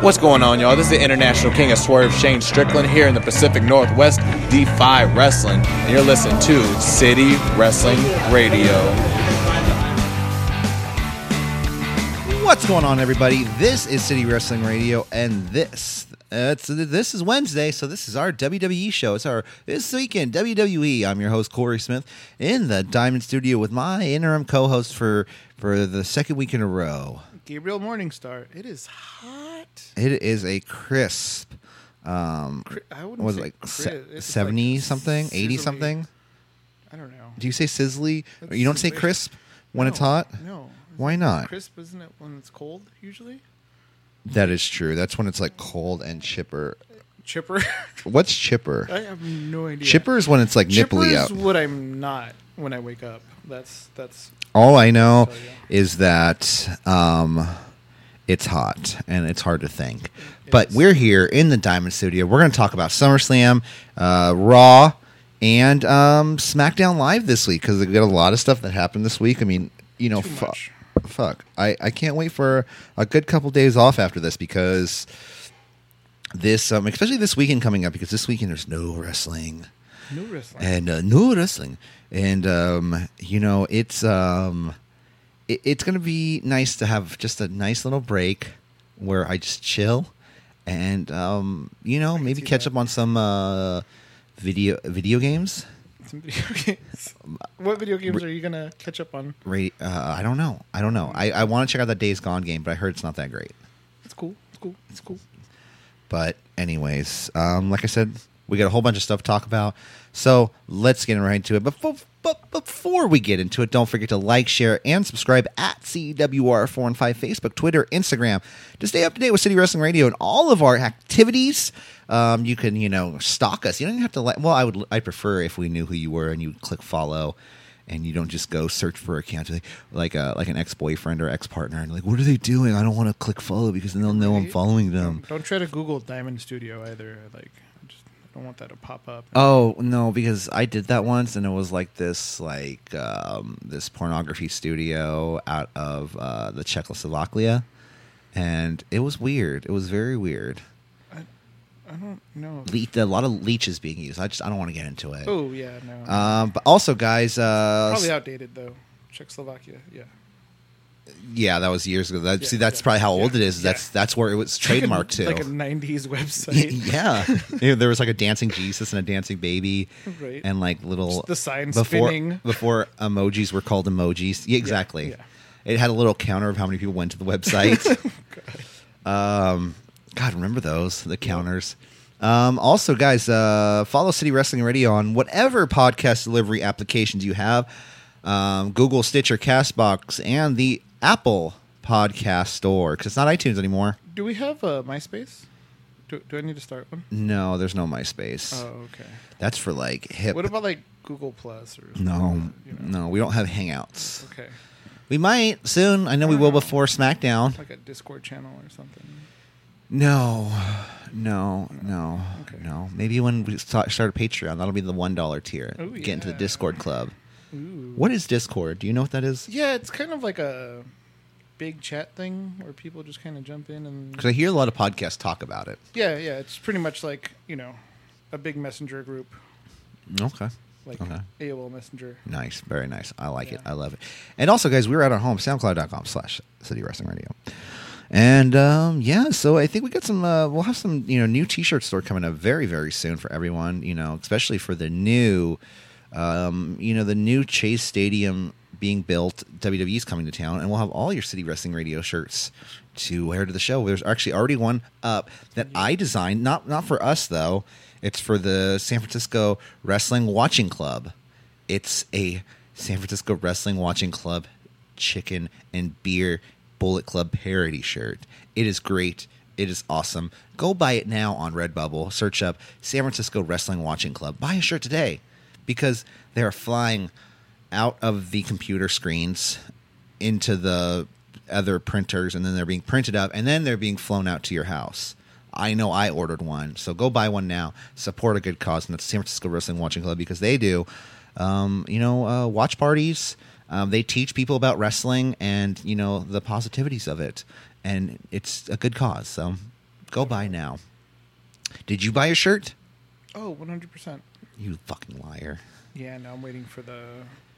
What's going on, y'all? This is the International King of Swerve, Shane Strickland, here in the Pacific Northwest, Defy Wrestling, and you're listening to City Wrestling Radio. What's going on, everybody? This is City Wrestling Radio, and this uh, it's, this is Wednesday, so this is our WWE show. It's our this weekend WWE. I'm your host Corey Smith in the Diamond Studio with my interim co-host for for the second week in a row. Gabriel Morningstar. It is hot. It is a crisp. Um, Cri- I wouldn't what was it say like cri- se- it's like seventy something, eighty sizzling. something? I don't know. Do you say sizzly? That's You don't say sizzly. crisp when it's No, hot. No. Why not? Crisp isn't it when it's cold usually? That is true. That's when it's like cold and chipper. Chipper. What's chipper? I have no idea. Chipper is when it's like Chipper nipply is out. what I'm not when I wake up. That's that's All I know So, yeah. is that um, it's hot and it's hard to think. But we're here in the Diamond Studio. We're going to talk about SummerSlam, uh, Raw, and um, SmackDown Live this week because we got a lot of stuff that happened this week. I mean, you know, Too fu- much. fuck. I, I can't wait for a good couple days off after this because this, um, especially this weekend coming up, because this weekend there's no wrestling no wrestling. and uh, new wrestling and um you know it's um it, it's gonna be nice to have just a nice little break where i just chill and um you know maybe see catch that. up on some uh video video games Some video games. What video games are you gonna catch up on? Ra- uh, i don't know i don't know i, I want to check out that days gone game but i heard it's not that great It's cool. It's cool. It's cool. But anyways, um, like I said, we got a whole bunch of stuff to talk about. So let's get right into it. But, fo- but before we get into it, don't forget to like, share, and subscribe at CWR4 and 5 Facebook, Twitter, Instagram to stay up to date with City Wrestling Radio and all of our activities. Um, you can, you know, stalk us. You don't even have to like. Well, I would. I prefer if we knew who you were and you click follow, and you don't just go search for accounts like like a like an ex boyfriend or ex partner and like what are they doing? I don't want to click follow because then they'll know I'm Right. following them. Don't, don't try to Google Diamond Studio either. Like, I just I don't want that to pop up. Oh no, because I did that once, and it was like this, like um, this pornography studio out of uh, the Czechoslovakia, and it was weird. It was very weird. I don't know. Le- a lot of leeches being used. I just I don't want to get into it. Oh yeah, no. Um, but also, guys, uh, Probably outdated though. Czechoslovakia. Yeah. yeah, that was years ago. That, Yeah, see, that's yeah, probably how old it yeah, is. That's yeah. that's where it was trademarked to. Like a '90s website. yeah, Yeah, there was like a dancing Jesus and a dancing baby, Right. And like little Just the sign before spinning. before emojis were called emojis. Yeah, exactly. yeah. Oh, It had a little counter of how many people went to the website. um, God, remember those the counters. Um, also, guys, uh, follow City Wrestling Radio on whatever podcast delivery applications you have. Um, Google, Stitcher, Castbox, and the Apple Podcast Store because it's not iTunes anymore. Do we have uh, MySpace? Do, do I need to start one? No, there's no MySpace. Oh, okay. That's for like hip. What about like Google Plus or no, you know? no, we don't have Hangouts. Okay, We might soon. I know we will before SmackDown. like a Discord channel or something. No, no, no, Okay. no. Maybe when we sta- start a Patreon, that'll be the one dollar tier. Ooh, Get into the Oh, yeah. Discord club. Ooh. What is Discord? Do you know what that is? Yeah, it's kind of like a big chat thing where people just kind of jump in and Because I hear a lot of podcasts talk about it. yeah, yeah. It's pretty much like you know a big messenger group Okay. like Okay. AOL Messenger. Nice, very nice. I like it. Yeah. I love it. And also, guys, we were at our home, soundcloud.com slash city wrestling radio. And um, yeah, so I think we got some, uh, we'll have some, you know, new t shirt store coming up very, very soon for everyone, you know, especially for the new, um, you know, the new Chase Stadium being built. WWE's coming to town, and we'll have all your city wrestling radio shirts to wear to the show. There's actually already one up that I designed, not not for us though. It's for the San Francisco Wrestling Watching Club. It's a San Francisco Wrestling Watching Club chicken and beer Bullet Club parody shirt. It is great. It is awesome. Go buy it now on Redbubble. Search up San Francisco Wrestling Watching Club. Buy a shirt today because they are flying out of the computer screens into the other printers and then they're being printed up and then they're being flown out to your house. I know I ordered one, so go buy one now. Support a good cause, and that's San Francisco Wrestling Watching Club because they do, um, you know, uh, watch parties. Um, they teach people about wrestling and you know the positivities of it, and it's a good cause. So Go buy now. Did you buy a shirt? Oh, 100 percent. You fucking liar. Yeah, now I'm waiting for the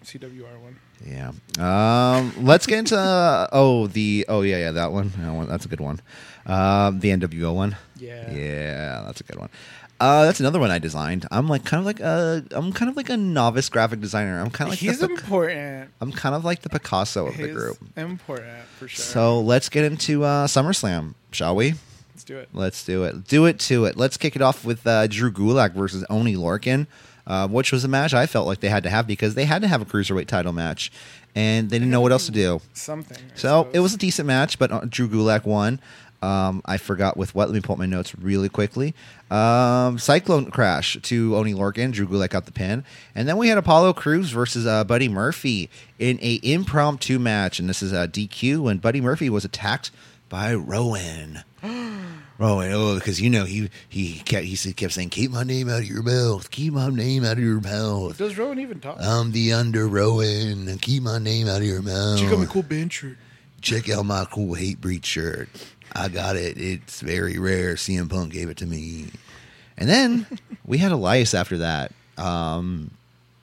CWR one. Yeah. Um, let's get into oh the oh yeah yeah that one That one- that's a good one. Um, the NWO one. Yeah. Yeah, that's a good one. Uh, that's another one I designed. I'm like kind of like a I'm kind of like a novice graphic designer. I'm kind of like He's the, Pic- important. I'm kind of like the Picasso of the He's group. important for sure. So let's get into uh, SummerSlam, shall we? let's do it. Let's do it. Do it to it. Let's kick it off with uh, Drew Gulak versus Oni Lorkin, uh, which was a match I felt like they had to have because they had to have a cruiserweight title match, and they didn't know what else to do. Something. I So it suppose. was a decent match, but uh, Drew Gulak won. Um, I forgot with what. Let me pull up my notes really quickly. Um, Cyclone Crash to Oni Lorcan. Drew Gulak got the pin, and then we had Apollo Cruz versus uh, Buddy Murphy in a impromptu match, and this is a DQ when Buddy Murphy was attacked by Rowan. Rowan, oh, because you know he he kept he said- kept saying, "Keep my name out of your mouth. Keep my name out of your mouth. Does Rowan even talk? I'm the under Rowan. Keep my name out of your mouth." she got me cool band shirt. check out my cool hate breed shirt. I got it. It's very rare. CM Punk gave it to me. And then we had Elias after that. Um,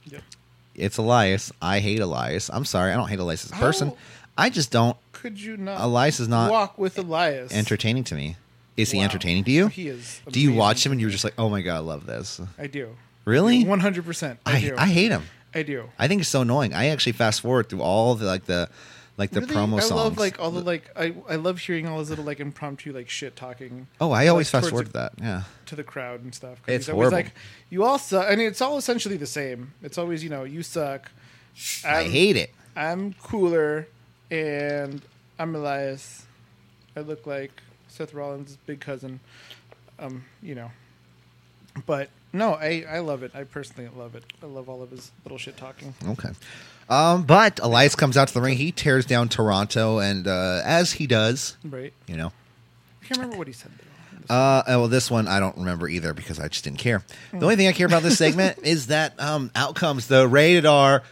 Yep. it's Elias. I hate Elias. I'm sorry. I don't hate Elias as a person. How- I just don't. Could you not? Elias is not walk with Elias. entertaining to me. Is he Wow. entertaining to you? He is. Do you amazing. watch him and you're just like, oh my god, I love this? I do. Really? One hundred percent. I I, do. I hate him. I do. I think it's so annoying. I actually fast forward through all the like the like the Really? promo I songs. love like all the like I, I love hearing all his little like impromptu like shit talking. oh, I always like, fast forward towards to that. Yeah. the- to the crowd and stuff. 'cause It's he's always horrible. like you all suck, and it's all essentially the same. It's always you know you suck. I'm, I hate it. I'm cooler, and I'm Elias. I look like Seth Rollins' big cousin. Um, you know, but no, I I love it. I personally love it. I love all of his little shit talking. Okay. Um, but Elias comes out to the ring. He tears down Toronto, and uh, as he does, Right? you know. I can't remember what he said though. Uh, oh, well, this one I don't remember either because I just didn't care. The only thing I care about this segment is that um, out comes the rated R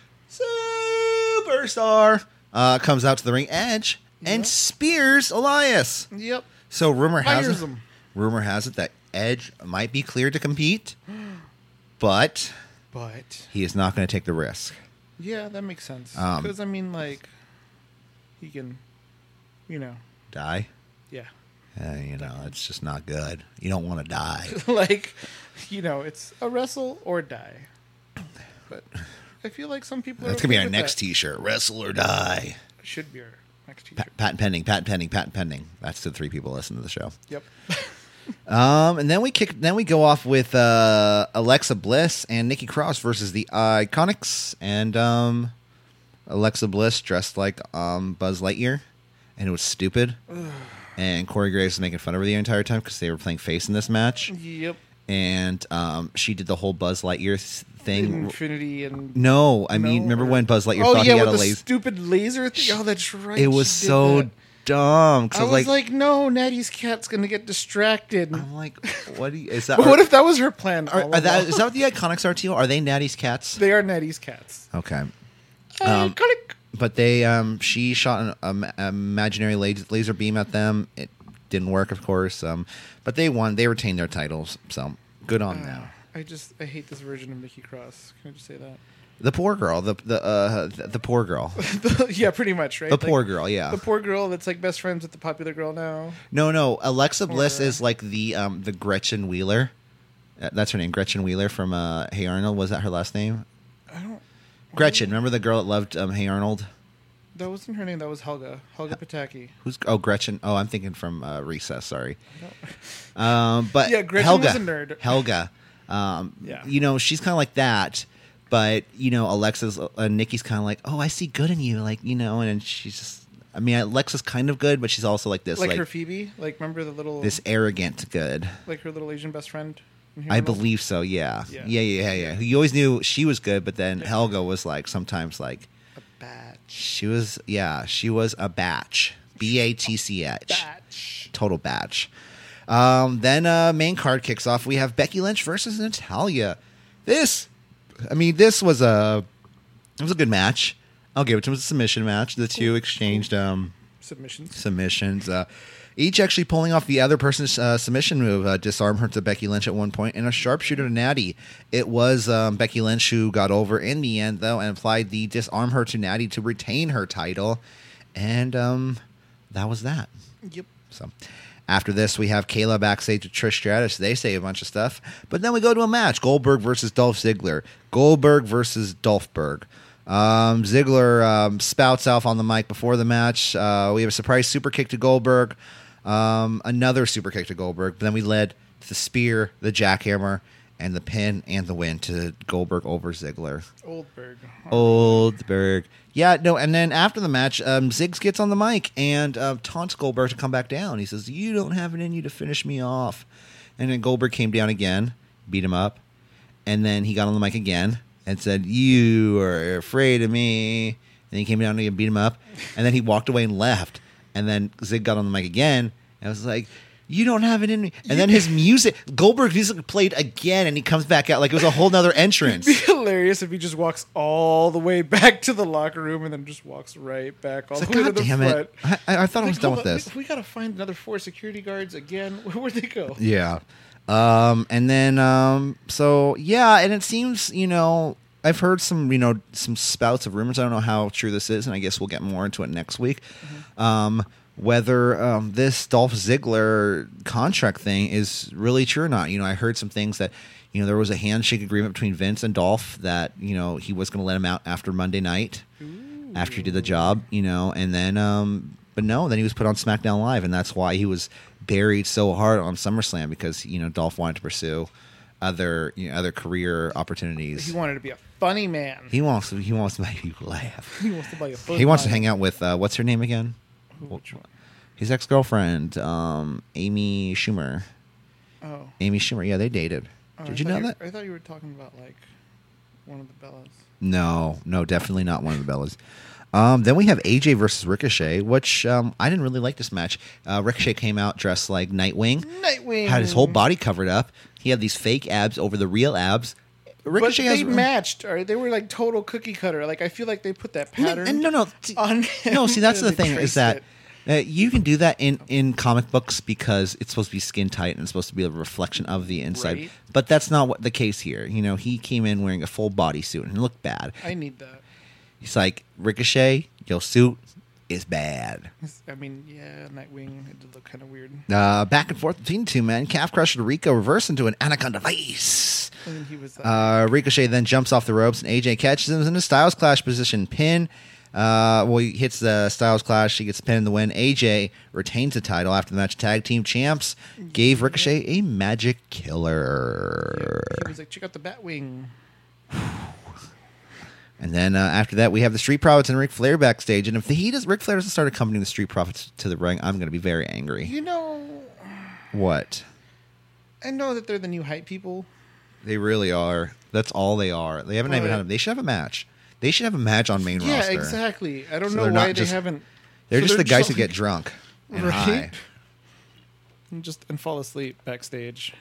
superstar uh, comes out to the ring, Edge, and spears Elias. Yep. So rumor has Fires it, him. rumor has it that Edge might be cleared to compete, but But he is not going to take the risk. yeah, that makes sense. Um, Because I mean, like, he can, you know, Die. yeah. Uh, you know, it's just not good. You don't want to die. like, you know, it's a wrestle or die. But I feel like some people. That's are gonna be okay our with next that. T-shirt: "Wrestle or Die." Should be our next t Pa- patent pending, patent pending, patent pending. That's the three people listening to the show. Yep. Um, and then we kick. Then we go off with uh, Alexa Bliss and Nikki Cross versus the Iconics, and um, Alexa Bliss dressed like um, Buzz Lightyear, and it was stupid. and Corey Graves was making fun of her the entire time because they were playing face in this match, yep. and um, she did the whole Buzz Lightyear s- Mm-hmm. thing. Infinity and. No, I mean, No, remember or- when Buzz Lightyear oh thought yeah, he had a with the laser? stupid laser thing. Oh, that's right. it was she did so that. dumb. 'cause I was like, like, no, Natty's cat's gonna get distracted. I'm like, what do you, is that? But Are, what if that was her plan? are, all are that, along? is that what the Iconics are to you? Are they Natty's cats? they are Natty's cats. Okay, Um, but they, um, she shot an um, imaginary laser, laser beam at them. It didn't work, of course. Um, but they won. They retained their titles. So good on them. Uh, I just I hate this version of Nikki Cross. Can I just say that? The poor girl. The the uh, the, the poor girl. yeah, pretty much, right? The Like, poor girl. Yeah. The poor girl that's like best friends with the popular girl now. No, no. Alexa Bliss Or- is like the um the Gretchen Wheeler. Uh, That's her name, Gretchen Wheeler from uh, Hey Arnold. Was that her last name? I don't. Gretchen. Remember the girl that loved um, Hey Arnold? That wasn't her name. That was Helga. Helga Pataki. Who's oh Gretchen? Oh, I'm thinking from uh, Recess. Sorry. Um, but Yeah, Gretchen Helga, was a nerd. Helga. Um, Yeah. You know, she's kind of like that. But you know, Alexa's uh, Nikki's kind of like, oh, I see good in you, like you know, and, then she's just. I mean, Alexa's kind of good, but she's also like this, Like, like, her Phoebe. Like remember the little this arrogant good. like her little Asian best friend. I in Hero Month? believe so. Yeah. Yeah. Yeah. yeah, yeah, yeah, You always knew she was good, but then Helga was like sometimes like A batch. she was. Yeah, she was a batch. B a t c h. Batch. Total batch. Um, then uh, main card kicks off. We have Becky Lynch versus Natalia. This, I mean, this was a it was a good match. I'll give it to him. It was a submission match. The two exchanged um, Submissions. submissions. Uh, each actually pulling off the other person's uh, submission move, uh, disarm her to Becky Lynch at one point, and a sharpshooter to Natty. It was um, Becky Lynch who got over in the end, though, and applied the disarm her to Natty to retain her title. And um, that was that. Yep. So after this, we have Kayla backstage with Trish Stratus. They say a bunch of stuff, but then we go to a match: Goldberg versus Dolph Ziggler. Goldberg versus Dolphberg. Um, Ziggler um, spouts off on the mic before the match. Uh, we have a surprise super kick to Goldberg, um, another super kick to Goldberg. But then we led to the spear, the jackhammer, and the pin and the win to Goldberg over Ziggler. Oldberg. Oldberg. Yeah, no, and then after the match, um, Ziggs gets on the mic and uh, taunts Goldberg to come back down. He says, You don't have it in you to finish me off. And then Goldberg came down again, beat him up, and then he got on the mic again and said, You are afraid of me. And he came down and beat him up, and then he walked away and left. And then Zig got on the mic again and was like, you don't have it in me. And then his music, Goldberg's music played again, and he comes back out like it was a whole nother entrance. It'd be hilarious if he just walks all the way back to the locker room and then just walks right back all It's the like, way to God the damn front. it. I, I I thought I was Like, done hold with on, this. We, we gotta find another four security guards again. Where'd they go? Yeah. Um, and then um, so yeah, and it seems you know I've heard some you know some spouts of rumors. I don't know how true this is, and I guess we'll get more into it next week. Mm-hmm. Um, whether um, this Dolph Ziggler contract thing is really true or not. You know, I heard some things that you know there was a handshake agreement between Vince and Dolph that you know he was going to let him out after Monday night after he did the job, you know, and then um but no, then he was put on SmackDown Live and that's why he was buried so hard on SummerSlam because, you know, Dolph wanted to pursue other you know, other career opportunities. He wanted to be a funny man. He, He wants he wants to make you laugh. wants to buy a foot. He wants to hang out with uh, what's her name again? His ex girlfriend, um, Amy Schumer. Oh. Amy Schumer, yeah, they dated. Oh, I Did you thought know were- that? I thought you were talking about like one of the Bellas. No, no, definitely not one of the Bellas. Um, then we have AJ versus Ricochet, which um, I didn't really like this match. Uh, Ricochet came out dressed like Nightwing, Nightwing had his whole body covered up. He had these fake abs over the real abs. But Ricochet they has matched, or they were like total cookie cutter. Like I feel like they put that And- pattern. and no, no, t- on no. him See, that's and the they thing is traced that it. uh, you can do that in in comic books because it's supposed to be skin tight and it's supposed to be a reflection of the inside. Right. But that's not what the case here. You know, he came in wearing a full body suit and looked bad. I need that. He's like Ricochet, your suit is bad. I mean, yeah, Nightwing. It did look kind of weird. Uh, back and forth between the two men. Calf crusher to Rico reverse into an anaconda vice. And then he was like, Uh, Ricochet then jumps off the ropes and AJ catches him in a Styles Clash position pin. Uh, well, he hits the Styles Clash. He gets the pin in the win. AJ retains the title after the match. Tag team champs gave Ricochet a magic killer. he was like, check out the Batwing. And then uh, after that, we have the Street Profits and Ric Flair backstage. And if the Heat is Ric Flair doesn't start accompanying the Street Profits to the ring, I'm going to be very angry. You know, What? I know that they're the new hype people. They really are. That's all they are. They haven't even But- had. They should have a match. They should have a match on main yeah, roster. exactly. I don't So know they're why not they just- haven't. They're so just the guys all- who get drunk and Right? high and just and fall asleep backstage.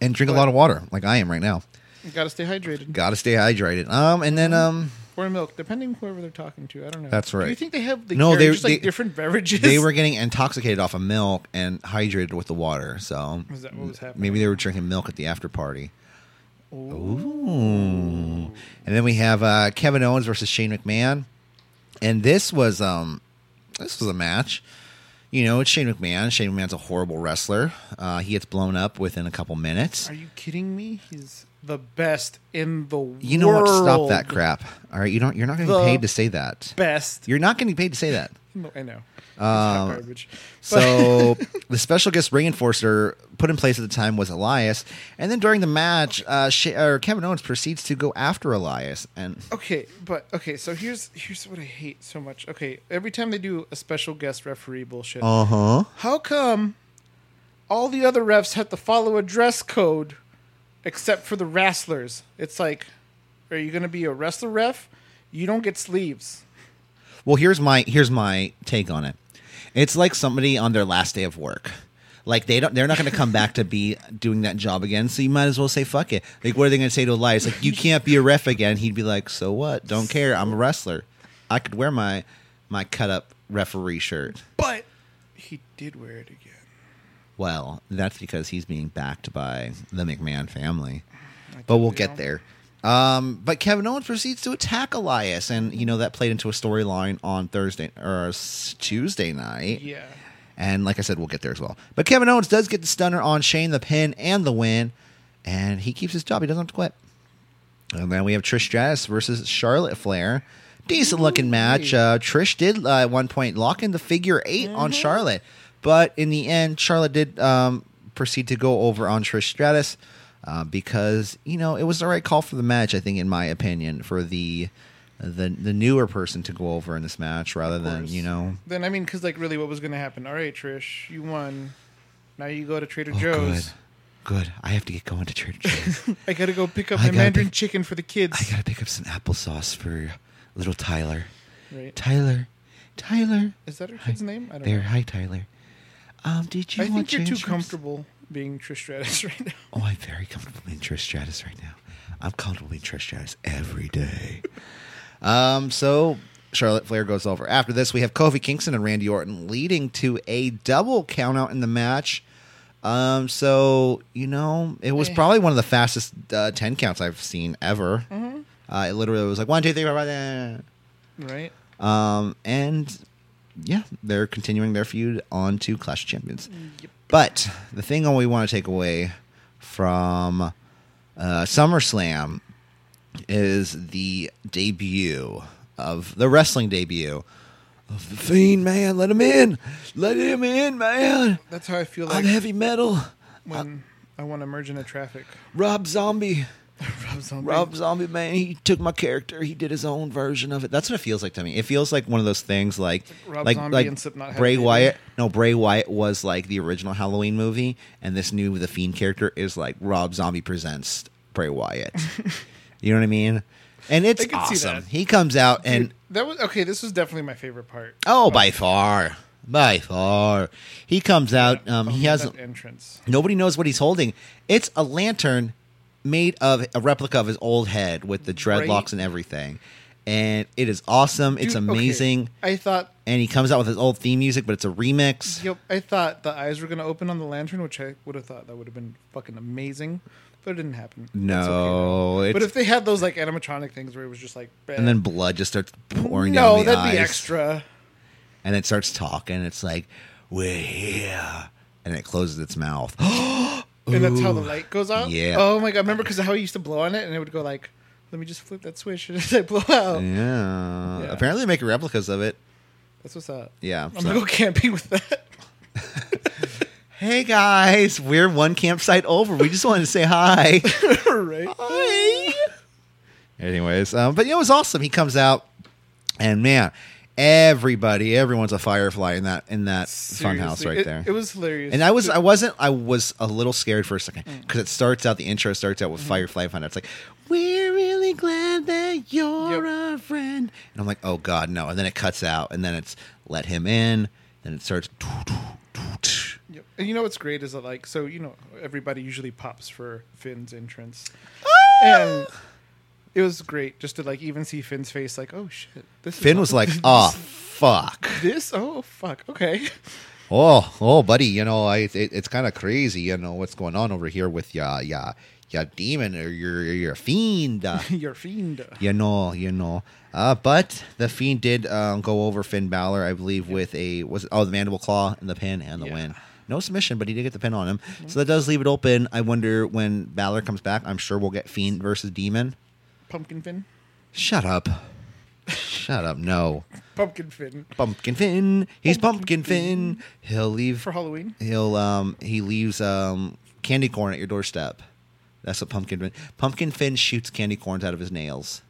and drink a But- lot of water, like I am right now. You gotta stay hydrated. Got to stay hydrated. Um, and then um, Or milk, depending whoever they're talking to. I don't know. That's Do you right. think they have the No, no? they- They're just like they- different beverages. they were getting intoxicated off of milk and hydrated with the water. So Is that what was happening? maybe they were drinking milk at the after party. Ooh. And then we have uh, Kevin Owens versus Shane McMahon. And this was um this was a match. You know, it's Shane McMahon. Shane McMahon's a horrible wrestler. Uh, he gets blown up within a couple minutes. Are you kidding me? He's the best in the world. You know what? Stop that crap. All right, you don't you're not going to be The- paid to say that. Best. You're not going to be paid to say that. No, I know. It's hot garbage. Uh, So the special guest ring enforcer put in place at the time was Elias, and then during the match, uh, Sh- or Kevin Owens proceeds to go after Elias, and Okay, but okay, so here's here's what I hate so much. Okay, every time they do a special guest referee bullshit, uh huh, how come all the other refs have to follow a dress code except for the wrestlers? It's like, are you going to be a wrestler ref? You don't get sleeves. Well, here's my here's my take on it. It's like somebody on their last day of work. Like they don't they're not going to come back to be doing that job again, so you might as well say fuck it. Like what are they going to say to Elias? Like you can't be a ref again. He'd be like, "So what? Don't care. I'm a wrestler. I could wear my my cut up referee shirt." But He did wear it again. Well, that's because he's being backed by the McMahon family. But we'll get there. Um, but Kevin Owens proceeds to attack Elias, and you know that played into a storyline on Thursday or s- Tuesday night. Yeah. And like I said, we'll get there as well. But Kevin Owens does get the stunner on Shane, the pin, and the win, and he keeps his job. He doesn't have to quit. And then we have Trish Stratus versus Charlotte Flair. Decent looking match. Uh, Trish did uh, at one point lock in the figure 8 on Charlotte, but in the end, Charlotte did um, proceed to go over on Trish Stratus uh, because you know it was the right call for the match. I think, in my opinion, for the the the newer person to go over in this match rather than course. you know Then I mean, because like really, what was going to happen? All right, Trish, you won. Now you go to Trader Oh, Joe's. Good. Good. I have to get going to Trader Joe's. I gotta go pick up I my gotta Mandarin pick- chicken for the I kids. gotta pick up some applesauce for little Tyler. Right? Tyler, Tyler. Is that her Hi. kid's name? I don't There. know. Hi, Tyler. Um, did you I want think you're too ginger snaps? comfortable being Trish Stratus right now. Oh, I'm very comfortable in Trish Stratus right now. I'm comfortable in Trish Stratus every day. um, so Charlotte Flair goes over. After this, we have Kofi Kingston and Randy Orton leading to a double countout in the match. Um, so you know, it was Eh. probably one of the fastest uh, ten counts I've seen ever. Uh, it literally was like one, two, three, four, five. eh. Right? Um, and yeah, they're continuing their feud on to Clash of Champions. But the thing that we want to take away from uh, SummerSlam is the debut of the wrestling debut of the Fiend, man. Let him in. Let him in, man. That's how I feel I'm like heavy metal. when I want to merge into traffic. Rob Zombie. Rob Zombie. Rob Zombie, man, he took my character. He did his own version of it. That's what it feels like to me. It feels like one of those things, like Rob like Zombie like and Slipknot had a Bray baby. Wyatt. No, Bray Wyatt was like the original Halloween movie, and this new The Fiend character is like Rob Zombie presents Bray Wyatt. you know what I mean? And it's I can see awesome. that. He comes out and That was okay. This was definitely my favorite part. oh, by far, by far, he comes out. Um, of he has Oh, that entrance. Nobody knows what he's holding. It's a lantern made of a replica of his old head with the dreadlocks Right. and everything. And it is awesome. It's Dude, okay, amazing. I thought, And he comes out with his old theme music, but it's a remix. yep, I thought the eyes were gonna open on the lantern, which I would have thought that would have been fucking amazing, but it didn't happen. That's okay, though. No, it's, but if they had those like animatronic things where it was just like, and then blood just starts pouring no, down the that'd eyes, be extra. and it starts talking. It's like we're here, and it closes its mouth. And that's how the light goes out. yeah. Oh my god, remember because how I used to blow on it and it would go like, let me just flip that switch and I blow out. yeah. Apparently, they make replicas of it. That's what's up. Yeah, I'm so- gonna go camping with that. Hey guys, we're one campsite over. We just wanted to say hi. right. Anyways, um, but you know, it was awesome. He comes out, and man, everybody, everyone's a firefly in that in that funhouse Seriously, right it- there. It was hilarious. and I was, I wasn't, I was a little scared for a second Mm. because it starts out, the intro starts out with Mm-hmm. Firefly Fun. It's like, we're really glad that you're a friend. And I'm like, oh God, no. And then it cuts out, and then it's let him in, then it starts. Yep. And you know what's great is that like so you know everybody usually pops for Finn's entrance, Ah! and it was great just to like even see Finn's face like oh shit this Finn is was like, oh, fuck. this oh fuck okay Oh, oh, buddy, you know, I it, it's kind of crazy, you know, what's going on over here with your your your demon or your your fiend, uh, you're fiend you know, you know. Uh, but the fiend did um, go over Finn Balor, I believe, with a was it, oh the mandible claw and the pin and the Yeah. win. No submission, but he did get the pin on him, so that does leave it open. I wonder when Balor comes back. I'm sure we'll get fiend versus demon. pumpkin Finn Shut up, shut up. No, pumpkin Finn Pumpkin Finn, he's Pumpkin Finn. He'll leave for Halloween he'll um he leaves um candy corn at your doorstep. That's what pumpkin Fin- pumpkin Finn shoots candy corns out of his nails.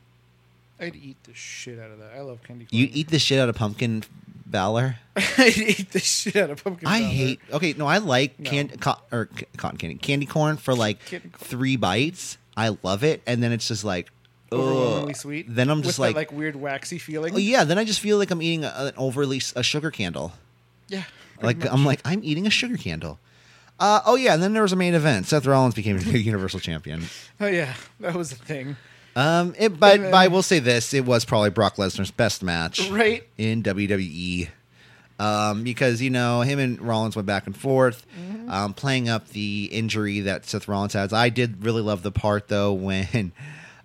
I'd eat the shit out of that I love candy corn You eat the shit out of pumpkin Valor. I'd eat the shit out of pumpkin I Fowler. hate. Okay, no, I like No. can co- or c- cotton candy, candy corn for like Candy corn. three bites. I love it, and then it's just like, overwhelmingly oh, sweet Then I'm With just that, like, like weird waxy feeling oh yeah. Then I just feel like I'm eating a, an overly s- a sugar candle. yeah Like pretty much. I'm like I'm eating a sugar candle. Uh, oh yeah, and then there was a main event. Seth Rollins became a new Universal Champion. oh yeah that was a thing Um, it, but, And but I then- will say this: it was probably Brock Lesnar's best match right in WWE. E. um, because you know him and Rollins went back and forth, Mm-hmm. um, playing up the injury that Seth Rollins has. I did really love the part though when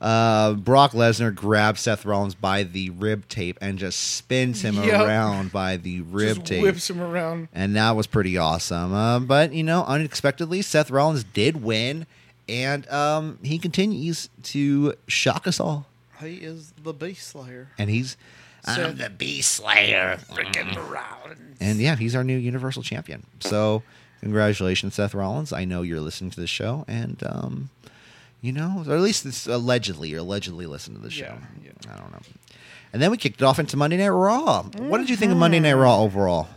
uh, Brock Lesnar grabs Seth Rollins by the rib tape and just spins him Yep. around by the rib Just tape. whips him around. And that was pretty awesome. Um, but you know, unexpectedly, Seth Rollins did win, and um, he continues to shock us all. He is the beast slayer. And he's, I'm Seth- the Beast Slayer, Freaking Rollins. and yeah, he's our new Universal Champion. So, congratulations, Seth Rollins. I know you're listening to the show, and um, you know, or at least it's allegedly, you're allegedly listening to the show. Yeah, yeah. I don't know. And then we kicked it off into Monday Night Raw. What did you think of Monday Night Mm-hmm. Raw overall?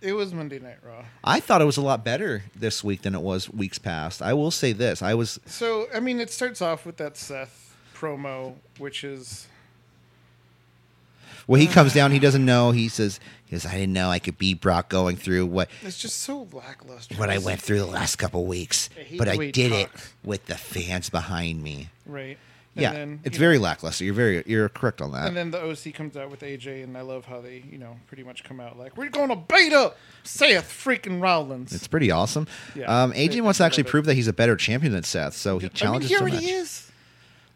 It was Monday Night Raw. I thought it was a lot better this week than it was weeks past. I will say this: I was So I mean, it starts off with that Seth promo, which is well. He comes down. He doesn't know. He says, "He says I didn't know I could be Brock going through what it's just so lackluster. what I went through the last couple weeks, I hate but the I way he did it talks. with the fans behind me." Right. yeah, then, it's you very lackluster. You're very you're correct on know, that. And then the OC comes out with AJ, and I love how they, you know, pretty much come out like, "We're going to beta Seth freaking Rollins." it's pretty awesome. Yeah. um, They- AJ wants to they actually love it. prove that he's a better champion than Seth, so he challenges I mean, so he much. already is.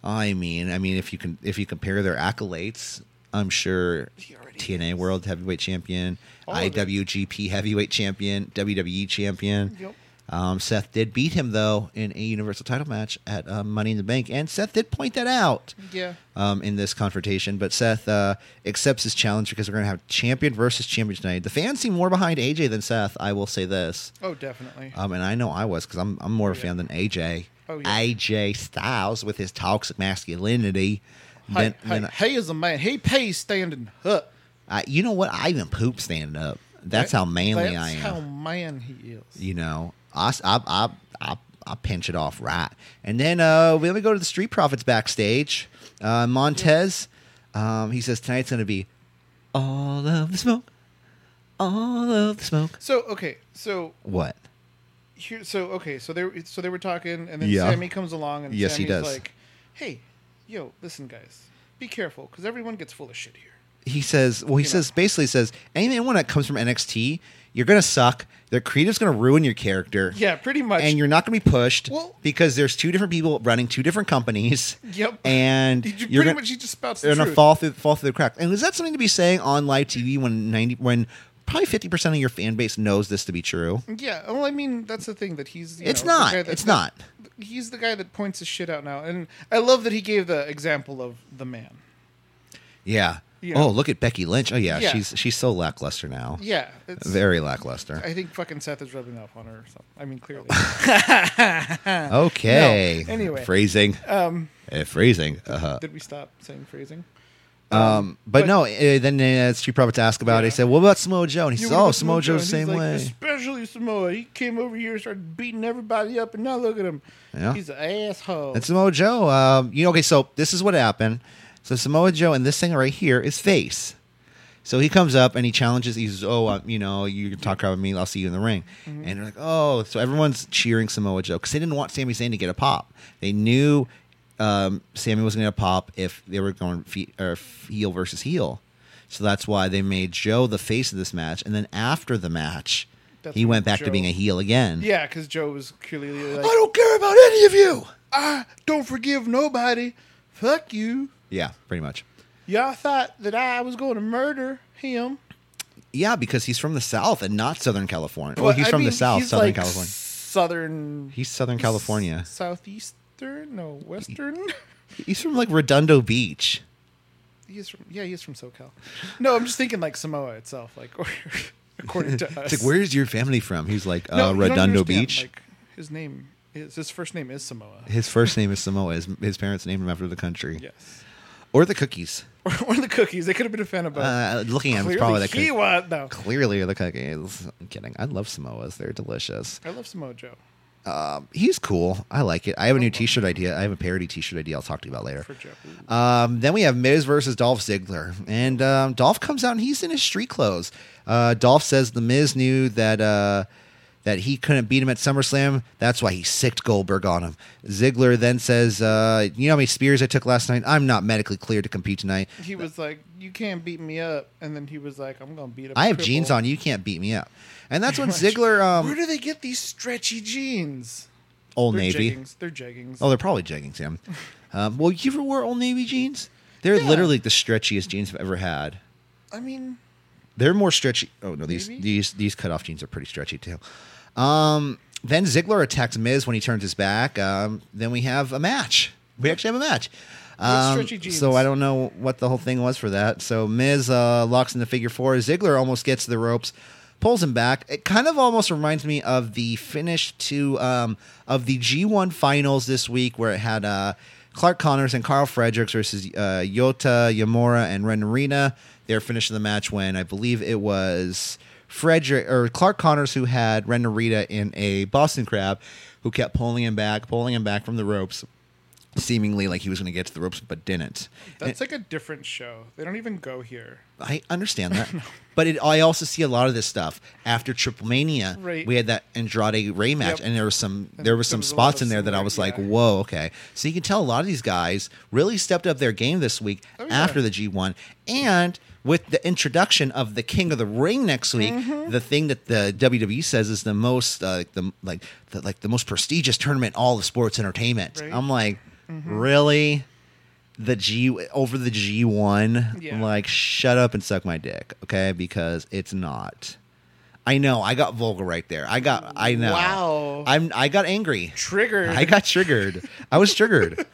I mean, I mean, if you can, if you compare their accolades, I'm sure He already TNA World Heavyweight Champion, All of it. IWGP Heavyweight Champion, WWE Champion. Yep. Um, Seth did beat him though in a Universal Title match at uh, Money in the Bank, and Seth did point that out Yeah. um, in this confrontation. But Seth uh, accepts his challenge because we're going to have champion versus champion tonight. The fans seem more behind AJ than Seth. I will say this. Oh, definitely. Um, and I know I was because I'm I'm more of a fan than AJ. Oh, yeah. AJ Styles with his toxic masculinity. hey, Then, hey, hey is a man. He pays standing up. I, you know what? I even poop standing up. That's how manly I am. That's how man he is. you know, I s- I I I, I pinch it off right. And then uh, we- then we go to the Street Profits backstage. Uh, Montez, um, he says tonight's going to be all of the smoke, all of the smoke. So okay, so What? here, so okay, so they were- so they were talking, and then Yeah. Sammy comes along, and Yes, he Sammy's does. like, "Hey, yo, listen, guys, be careful, because everyone gets full of shit here." he says well he You know. says basically says anyone that comes from nxt you're gonna suck their creative's gonna ruin your character Yeah, pretty much. and you're not gonna be pushed Well- because there's two different people running two different companies Yep. and He ju- you're pretty gonna, much he just spouts the they're gonna truth. fall through fall through the cracks and is that something to be saying on live tv when 90 when probably 50% of your fan base knows this to be true Yeah, well, I mean, that's the thing that he's. you It's know, the not. guy that- It's not. He's the guy that points his shit out now, and I love that he gave the example of the man. yeah You oh know. look at becky lynch oh yeah, Yeah. she's she's so lackluster now Yeah, it's, very lackluster I think fucking Seth is rubbing off on her. Or something. I mean, clearly. okay No, anyway. phrasing um, Eh, phrasing uh-huh. did we stop saying phrasing? Um, but, But- no, uh, then uh, Street Profits asked about it. He Yeah. said, "What about Samoa Joe?" And he You said, were "Oh, with Samoa Joe, and he's same like, way." Especially Samoa. He came over here and started beating everybody up, and now look at him. Yeah. He's an asshole. and Samoa Joe, um, you know, okay, so this is what happened. So Samoa Joe and this thing right here is face. So he comes up and he challenges. He says, "Oh, uh, you know, you can talk crap with me. I'll see you in the ring." Mm-hmm. And they're like, "Oh!" So everyone's cheering Samoa Joe because they didn't want Sami Zayn to get a pop. They knew um, Sammy was going to pop if they were going fe- or f- heel versus heel. So that's why they made Joe the face of this match. And then after the match, That's he went when back to Joe- being a heel again. yeah, because Joe was clearly I like, I don't, don't care about any of you. forgive nobody. Fuck you. Yeah, pretty much. Y'all thought that I was going to murder him. Yeah, because he's from the South and not Southern California. well, But, he's I from mean, the South, he's Southern like California. Southern. He's Southern California. Southeastern? No, Western? He's from like Redondo Beach. he's from, yeah, he's from SoCal. No, I'm just thinking like Samoa itself, like, or, according to us. It's like, where's your family from? He's like, No, uh, you don't Redondo understand. Beach. Like, his name is his first name is Samoa. his first name is Samoa. His, his parents named him after the country Yes, or the cookies. or, or the cookies. They could have been a fan of both. Uh, looking at him, Clearly, it's probably the he cookies. was no. Clearly, the cookies. I'm kidding. I love Samoas. They're delicious. I love Samoa Joe. Um, he's cool. I like it. I have a new T-shirt idea. I have a parody T-shirt idea. I'll talk to you about later. For Joe. Ooh. Um, then we have Miz versus Dolph Ziggler, and um, Dolph comes out and he's in his street clothes. Uh, Dolph says the Miz knew that uh, that he couldn't beat him at SummerSlam. That's why he sicked Goldberg on him. Ziggler then says, uh, "You know how many spears I took last night? I'm not medically cleared to compete tonight. He was like, "You can't beat me up," and then he was like, "I'm gonna beat up." I have cripple." jeans on. You can't beat me up." And that's when Ziggler, Where um, do they get these stretchy jeans? Old They're Navy. jeggings. They're jeggings. Oh, they're probably jeggings, yeah. Um, well, you ever wore Old Navy jeans? They're Yeah. literally the stretchiest jeans I've ever had. I mean, They're more stretchy. Oh no, these Maybe? these these cutoff jeans are pretty stretchy too. Um, then Ziggler attacks Miz when he turns his back. Um, then we have a match. We actually have a match. Um, stretchy jeans? So I don't know what the whole thing was for that. So Miz uh, locks in the figure four. Ziggler almost gets to the ropes, pulls him back. It kind of almost reminds me of the finish to um, of the G1 finals this week, where it had uh, Clark Connors and Carl Fredericks versus uh, Yota Yamura and Ren Narita. They were finishing the match when I believe it was Frederick or Clark Connors who had Ren Narita in a Boston Crab, who kept pulling him back, pulling him back from the ropes seemingly like he was going to get to the ropes, but didn't. that's like a different show. They don't even go here. I understand that, but it, I also see a lot of this stuff after Triple Mania. Right. We had that Andrade Ray match, Yep. and there were some And there were there some was a lot spots of in there that I similar- was like, yeah. "Whoa, okay." So you can tell a lot of these guys really stepped up their game this week Oh, yeah. after the G1, and with the introduction of the King of the Ring next week, Mm-hmm. the thing that the WWE says is the most uh, the like the, like the most prestigious tournament in all of sports entertainment. Right. Mm-hmm. I'm like, really the G over the G one. Yeah. I'm like, shut up and suck my dick, okay? Because it's not. I know. I got vulgar right there. I got. I know. Wow. I'm. I got angry. Triggered. I got triggered. I was triggered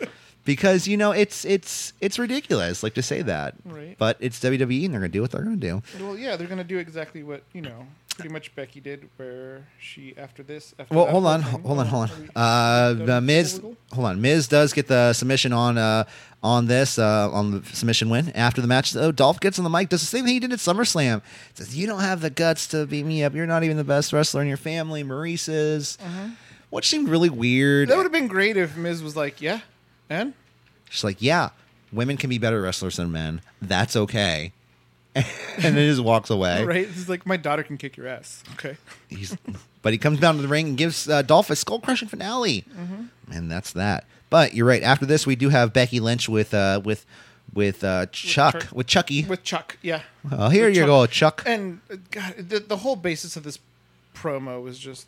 because you know it's it's it's ridiculous like to say that. Right. But it's WWE and they're gonna do what they're gonna do. Well, yeah, they're gonna do exactly what you know, pretty much Becky did, where she after this. After Well, that hold whole on, thing- hold on, hold Are we- on. Uh, go the to Miz, Wiggle? hold on. Miz does get the submission on uh, on this uh, on the submission win after the match. Though Dolph gets on the mic, does the same thing he did at SummerSlam. Says, "You don't have the guts to beat me up. You're not even the best wrestler in your family. Maurice is." Which seemed really weird. Uh-huh. that would have been great if Miz was like, yeah, and She's like, "Yeah, women can be better wrestlers than men. That's okay." and then he just walks away. right. It's like my daughter can kick your ass. Okay. He's, but he comes down to the ring and gives uh, Dolph a skull crushing finale, Mm-hmm. and that's that. But you're right. After this, we do have Becky Lynch with uh, with with uh, Chuck Chuck. with Chucky. With Chuck, yeah. oh, here with you Chuck. go, Chuck. And uh, God, the, the whole basis of this promo was just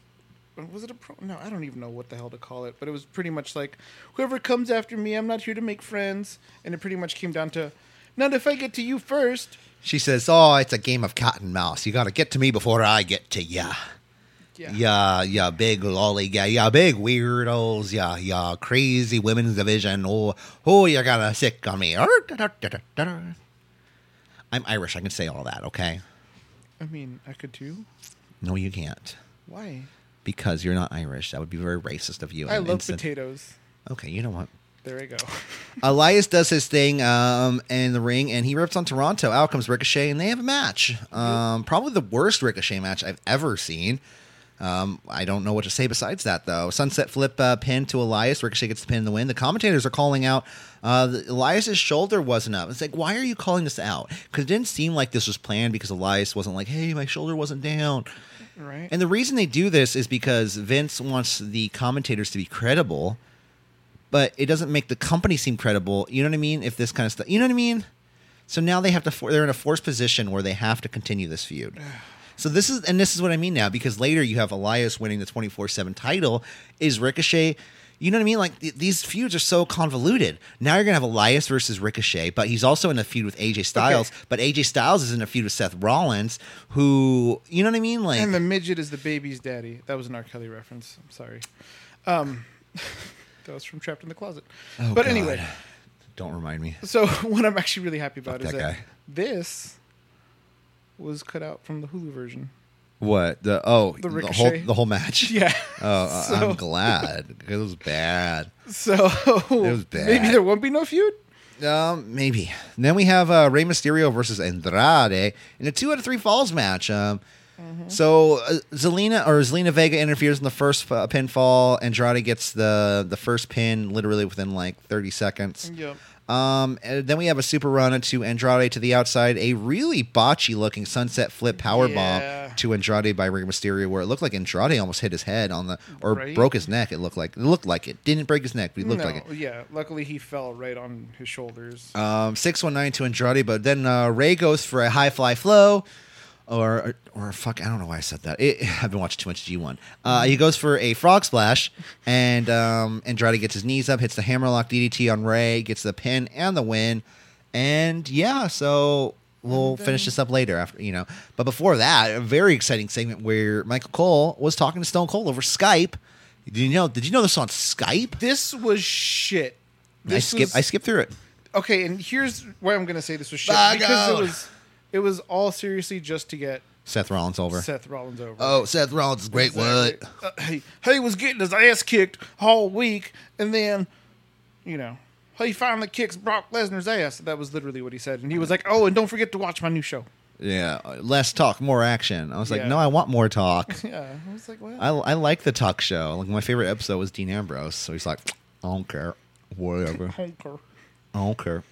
was it a pro? No, I don't even know what the hell to call it, but it was pretty much like whoever comes after me, I'm not here to make friends, and it pretty much came down to not if I get to you first. She says, "Oh, it's a game of cat and mouse. You got to get to me before I get to ya. Yeah. Yeah, yeah, big lolly guy. Yeah, big weirdos. Yeah, yeah, crazy women's division. Oh, oh, you're gonna sick on me. I'm Irish. I can say all that. Okay. I mean, I could too. No, you can't. Why? because you're not Irish. That would be very racist of you. I and love instant- potatoes. Okay, you know what? There we go. Elias does his thing um, in the ring, and he rips on Toronto. Out comes Ricochet, and they have a match. Um, probably the worst Ricochet match I've ever seen. Um, I don't know what to say besides that, though. Sunset flip uh, pin to Elias. Ricochet gets the pin in the win. The commentators are calling out uh, the- Elias's shoulder wasn't up. It's like, why are you calling this out? Because it didn't seem like this was planned. Because Elias wasn't like, hey, my shoulder wasn't down. Right? And the reason they do this is because Vince wants the commentators to be credible, but it doesn't make the company seem credible. You know what I mean? If this kind of stuff, you know what I mean? So now they have to. For, they're in a forced position where they have to continue this feud. So this is, and this is what I mean now, because later you have Elias winning the twenty four seven title. Is Ricochet? You know what I mean? Like th- these feuds are so convoluted. Now you're gonna have Elias versus Ricochet, but he's also in a feud with AJ Styles. But AJ Styles is in a feud with Seth Rollins, who you know what I mean? Like And the midget is the baby's daddy. That was an R. Kelly reference. I'm sorry. Um, that was from Trapped in the Closet. Oh, but God. anyway, Don't remind me. so what I'm actually really happy about is that that, guy. this was cut out from the Hulu version. What the? Oh, the, whole Ricochet. the whole match. Yeah. Oh, I- So- I'm glad because it was bad. So bad. maybe there won't be no feud. Um, maybe. And then we have uh, Rey Mysterio versus Andrade in a two out of three falls match. Um, so uh, Zelina or Zelina Vega interferes in the first uh, pinfall. Andrade gets the the first pin literally within like 30 seconds. Yep. Um, and then we have a super run to Andrade to the outside, a really botchy looking sunset flip power Yeah. bomb to Andrade by Rey Mysterio, where it looked like Andrade almost hit his head on the or Right. broke his neck. It looked like it looked like it didn't break his neck, but he looked no, like it. yeah. Luckily, he fell right on his shoulders. Um, six one nine to Andrade, but then uh, Ray goes for a high fly flow, or or fuck, I don't know why I said that. It, I've been watching too much G one. Uh, he goes for a frog splash, and um, Andrade gets his knees up, hits the hammerlock DDT on Ray, gets the pin and the win, and yeah, so. We'll finish this up later after you know. But before that, a very exciting segment where Michael Cole was talking to Stone Cold over Skype. Did you know did you know this was on Skype? this was shit. I This skip was- I skipped through it. okay, and here's why I'm gonna say this was shit Bug because out. it was it was all seriously just to get Seth Rollins over. Seth Rollins over. Oh, Seth Rollins is great. What? Exactly. Uh, he, he was getting his ass kicked all week, and then, you know, he finally kicks Brock Lesnar's ass. That was literally what he said, and he was like, "Oh, and don't forget to watch my new show." Yeah, less talk, more action. I was like, Yeah. no, I want more talk. Yeah, I was like, "What?" I, I like the talk show. Like my favorite episode was Dean Ambrose. So he's like, I don't care, whatever, Honker. I don't care.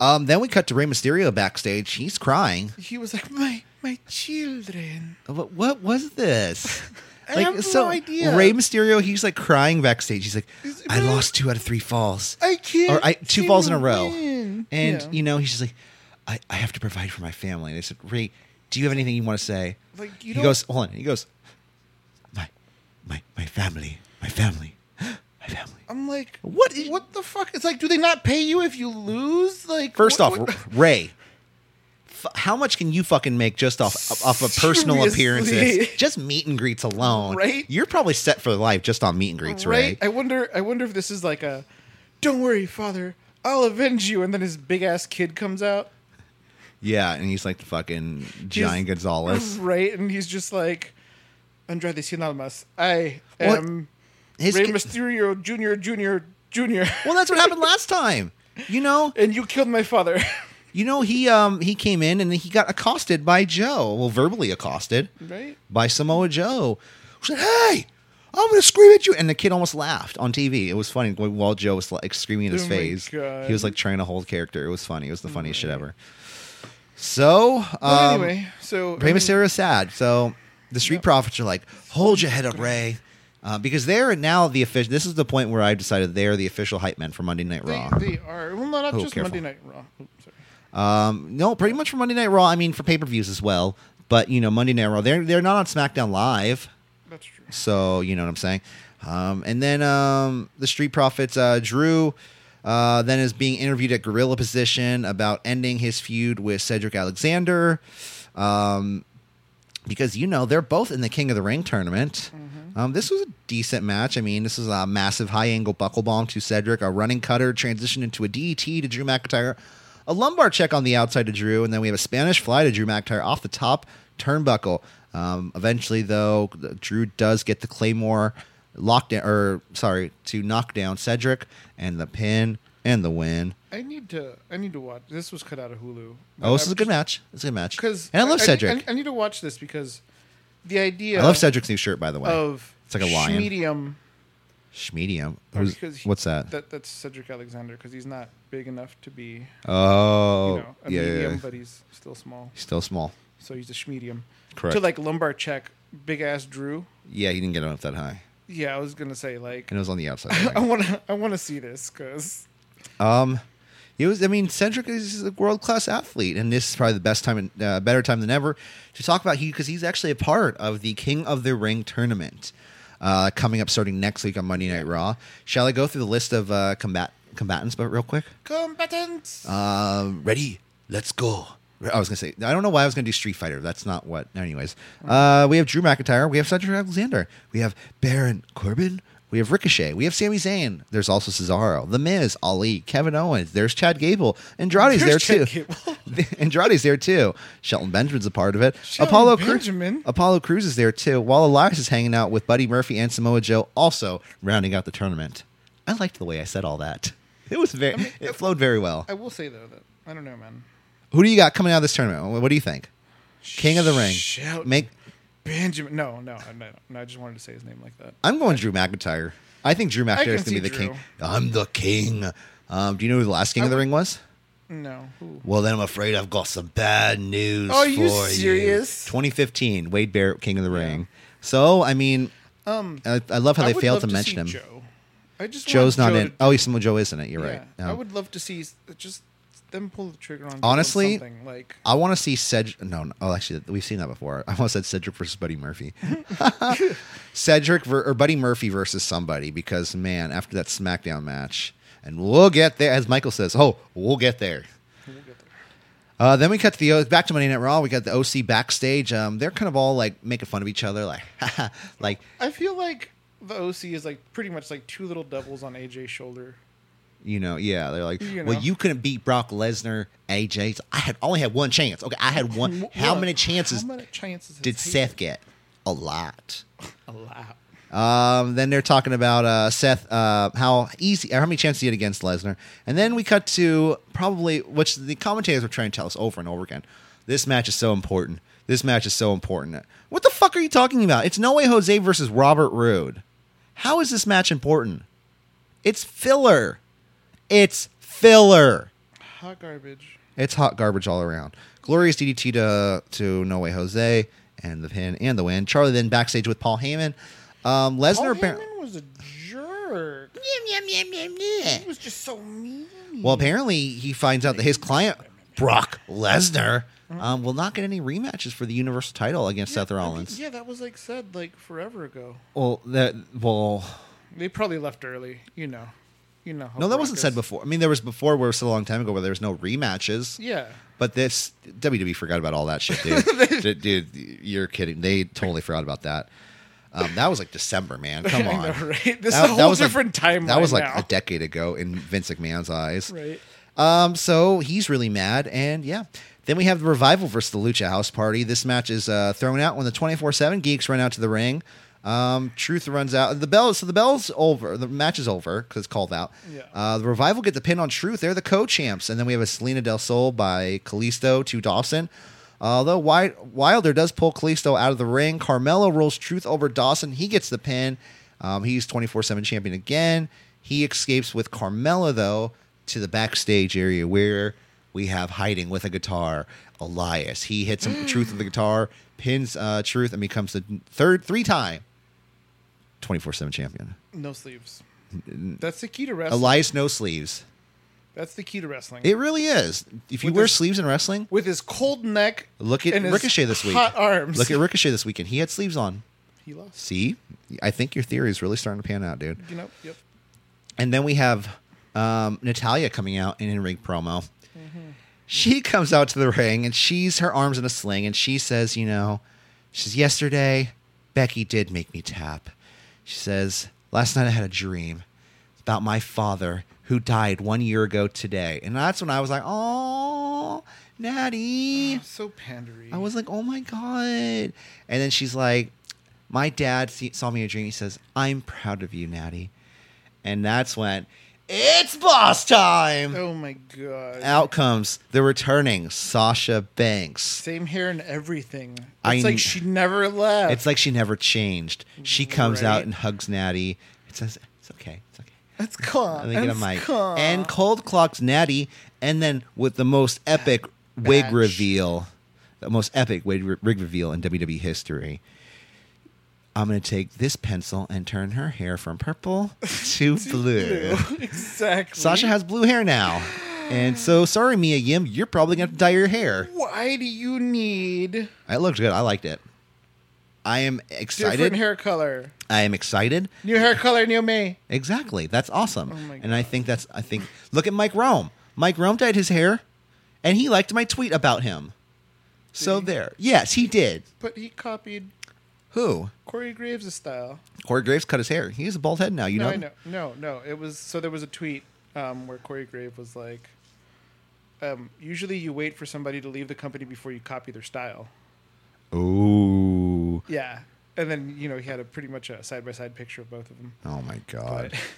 Um, then we cut to Rey Mysterio backstage. He's crying. He was like, "My my children." What, what was this? I have no idea. Rey Mysterio, he's like crying backstage. He's like, Is- I lost two out of three falls. I can't Or I, two seem falls in to a row. win. And, Yeah. you know, he's just like, I, I have to provide for my family. And I said, Ray, do you have anything you want to say? Like, you he don't- goes, hold on. He goes, my, my, my family, my family, my family. I'm like, What "What? is- what the fuck?" It's like, do they not pay you if you lose? Like, First what- off, what- R- Ray, f- how much can you fucking make just off off of personal Seriously. appearances? Just meet and greets alone, Right? You're probably set for life just on meet and greets, Ray. I wonder. I wonder if this is like a, "Don't worry, father, I'll avenge you," and then his big ass kid comes out. Yeah, and he's like the fucking He's- Giant Gonzalez. Right, and he's just like, Andrade Cien Almas, I What? am His Rey kid- Mysterio Junior, Junior, Junior, well, that's what happened last time. You know, and you killed my father. You know, he um he came in and he got accosted by Joe. Well, verbally accosted right? by Samoa Joe. Who said, "Hey, I'm gonna scream at you!" And the kid almost laughed on TV. It was funny when- while Joe was like screaming in his Oh my face. God. Oh He was like trying to hold character. It was funny. It was the funniest shit ever. So But um, anyway, so Rey I mean, Mysterio's sad. So the Street Profits are like, hold your head up, Ray. Uh, because they're now the official. This is the point where I've decided they're the official hype men for Monday Night Raw. they, they are well, no, not Oh, just careful. Monday Night Raw. Oops, sorry. Um, no, pretty much for Monday Night Raw. I mean, for pay per views as well. But you know, Monday Night Raw. They're they're not on SmackDown Live, That's true. so you know what I'm saying. Um, and then um, the Street Profits, uh, Drew, uh, then is being interviewed at Gorilla Position about ending his feud with Cedric Alexander, um, because you know they're both in the King of the Ring tournament. Um, this was a decent match. I mean, this was a massive high angle buckle bomb to Cedric, a running cutter transition into a DET to Drew McIntyre, a lumbar check on the outside to Drew, and then we have a Spanish fly to Drew McIntyre off the top turnbuckle. Um, eventually, though, Drew does get the Claymore lockdown, or sorry, to knock down Cedric and the pin and the win. I need to. I need to watch. This was cut out of Hulu. Oh, this is a good match. It's a good match. Because And I love I, Cedric. need- I need to watch this because the idea I love Cedric's new shirt, by the way. of It's like a lion. medium. Schmedium. Who's- Oh, because he- What's that? that? That's Cedric Alexander because he's not big enough to be Oh, you know, a yeah, yeah, medium, yeah. but he's still small. Still small. So he's a schmedium. Correct. To like lumbar check, big ass Drew. Yeah, he didn't get up that high, Yeah, I was gonna say like and it was on the outside. I want to I want to see this because um, he was. I mean, Cedric is a world class athlete, and this is probably the best time, and uh, better time than ever to talk about he because he's actually a part of the King of the Ring tournament uh, coming up starting next week on Monday Night Raw. Shall I go through the list of uh, combat combatants, but real quick? combatants. Um, ready? Let's go. I was gonna say I don't know why I was gonna do Street Fighter. That's not what. Anyways, uh, we have Drew McIntyre. We have Cedric Alexander. We have Baron Corbin. We have Ricochet. We have Sami Zayn. There's also Cesaro, The Miz, Ali, Kevin Owens. There's Chad Gable. Andrade's There's there too. Chad Andrade's there too. Shelton Benjamin's a part of it. Shelton Apollo Cru- Benjamin? Apollo Cruz is there too. While Elias is hanging out with Buddy Murphy and Samoa Joe, also rounding out the tournament. I liked the way I said all that. It was very. it flowed very well. I will say though that I don't know, man. Who do you got coming out of this tournament? What- What do you think? King of the Ring. Shout Make. Benjamin. No, no, no, no. I just wanted to say his name like that. I'm going Drew McIntyre. I think Drew McIntyre can is going to be see the Drew. king. I'm the king. Um, do you know who the last king of the ring was? No. Ooh. Well, then I'm afraid I've got some bad news. Are you for serious? 2015, Wade Barrett, King of the Ring. So, I mean, um, I, I love how I they would failed love to see mention him. Joe. I just Joe's want not Joe in. to- Oh, he's Samoa Joe isn't it? You're yeah. right. Um, No. I would love to see s- just them pull the trigger on doing Honestly, something like I want to see Cedric. No, no, oh, actually, we've seen that before. I almost said Cedric versus Buddy Murphy. Cedric ver- or Buddy Murphy versus somebody because man, after that SmackDown match, and we'll get there. As Michael says, oh, we'll get there. Uh, then we cut to the O- back to Monday Night Raw. We got the OC backstage. Um, they're kind of all like making fun of each other, like, like I feel like the OC is like pretty much like two little devils on AJ's shoulder. you know, yeah. They're like, You well, know. you couldn't beat Brock Lesnar, AJ. I had only had one chance. Okay, I had one. How One. many chances How many chances has did he- Seth get? A lot. A lot. Um, then they're talking about uh, Seth, uh, how easy, or how many chances he had against Lesnar, and then we cut to probably which the commentators were trying to tell us over and over again. This match is so important. This match is so important. What the fuck are you talking about? It's No Way Jose versus Robert Roode. How is this match important? It's filler. It's filler. Hot garbage. It's hot garbage all around. Glorious DDT to, to No Way Jose and the pin and the win. Charlie then backstage with Paul Heyman. Um, Paul Lesnar appar- Heyman was a jerk. He was just so mean. Well, apparently he finds out that his client Brock Lesnar um, will not get any rematches for the Universal Title against Seth Yeah, I mean, Rollins. Yeah, that was like said like forever ago. Well, that well, They probably left early. You know. You know. how no, that Brock wasn't is. said before. I mean, there was before where it was a long time ago where there was no rematches. Yeah. But this WWE forgot about all that shit, dude. dude, dude, you're kidding. They totally forgot about that. Um, that was like December, man. Come I on, know, right? This is a whole like- different timeline That was like now. a decade ago in Vince McMahon's eyes. Right. Um, so he's really mad, and yeah. Then we have the revival versus the Lucha House Party. This match is uh, thrown out when the twenty four seven geeks run out to the ring. Um, Truth runs out. The bell. So the bell's over. The match is over because it's called out. Yeah. Uh, the revival get the pin on Truth. They're the co champs, and then we have a Selena Del Sol by Kalisto to Dawson. Although Wi- Wilder does pull Kalisto out of the ring, Carmelo rolls Truth over Dawson. He gets the pin. Um, he's 24 7 champion again. He escapes with Carmelo, though, to the backstage area where we have hiding with a guitar Elias. He hits him, Truth with the guitar, pins uh, Truth, and becomes the third, three time 24 7 champion. No sleeves. That's the key to wrestling. Elias, no sleeves. That's the key to wrestling. It really is. If you With wear this- sleeves in wrestling, With his cold neck. look at and his Ricochet this week. Hot arms. Look at Ricochet this weekend. He had sleeves on. He lost. See, I think your theory is really starting to pan out, dude. You know. Yep. And then we have um, Natalia coming out in an in-ring promo. She comes out to the ring and she's her arms in a sling and she says, you know, she says, yesterday Becky did make me tap. She says, last night I had a dream about my father who died one year ago today. And that's when I was like, oh, Natty. So pandery. I was like, oh my God. And then she's like, my dad see- saw me in a dream. He says, I'm proud of you, Natty. And that's when it's boss time. Oh my god. Out comes the returning Sasha Banks. Same hair and everything. It's I kn- like she never left. It's like she never changed. She comes Right. out and hugs Natty. It says, it's okay. It's okay. it's calm. And they get a It's mic. calm. And cold clocks Natty, and then with the most epic wig Batch. reveal, the most epic wig, wig reveal in WWE history. I'm gonna take this pencil and turn her hair from purple to blue. exactly. Sasha has blue hair now, and so sorry, Mia Yim, you're probably gonna have to dye your hair. Why do you need It looked good. I liked it. I am different excited. hair color? I am excited. New hair color, new me. Exactly. That's awesome. Oh my and I think that's I think look at Mike Rome. Mike Rome dyed his hair and he liked my tweet about him. so there. Yes, he did. But he copied Who? Corey Graves' style. Corey Graves cut his hair. He has a bald head now, you No, know. I know. No, no. It was so there was a tweet um, where Corey Grave was like, um, "Usually you wait for somebody to leave the company before you copy their style." Ooh. Yeah, and then you know he had a pretty much a side by side picture of both of them. Oh my god. But-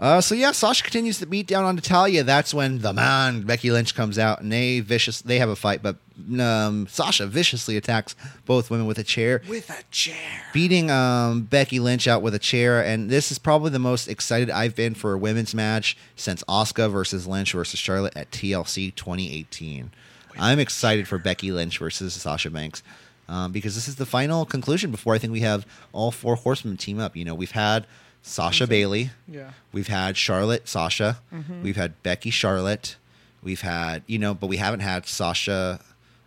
Uh, so yeah, Sasha continues to beat down on Natalia. That's when the man Becky Lynch comes out and they vicious they have a fight, but um, Sasha viciously attacks both women with a chair, With a chair. beating um, Becky Lynch out with a chair. And this is probably the most excited I've been for a women's match since Oscar versus Lynch versus Charlotte at TLC 2018. I'm excited for Becky Lynch versus Sasha Banks um, because this is the final conclusion before I think we have all four horsemen team up. You know, we've had Sasha Bailey. Yeah. We've had Charlotte, Sasha. We've had Becky, Charlotte. We've had you know, but we haven't had Sasha,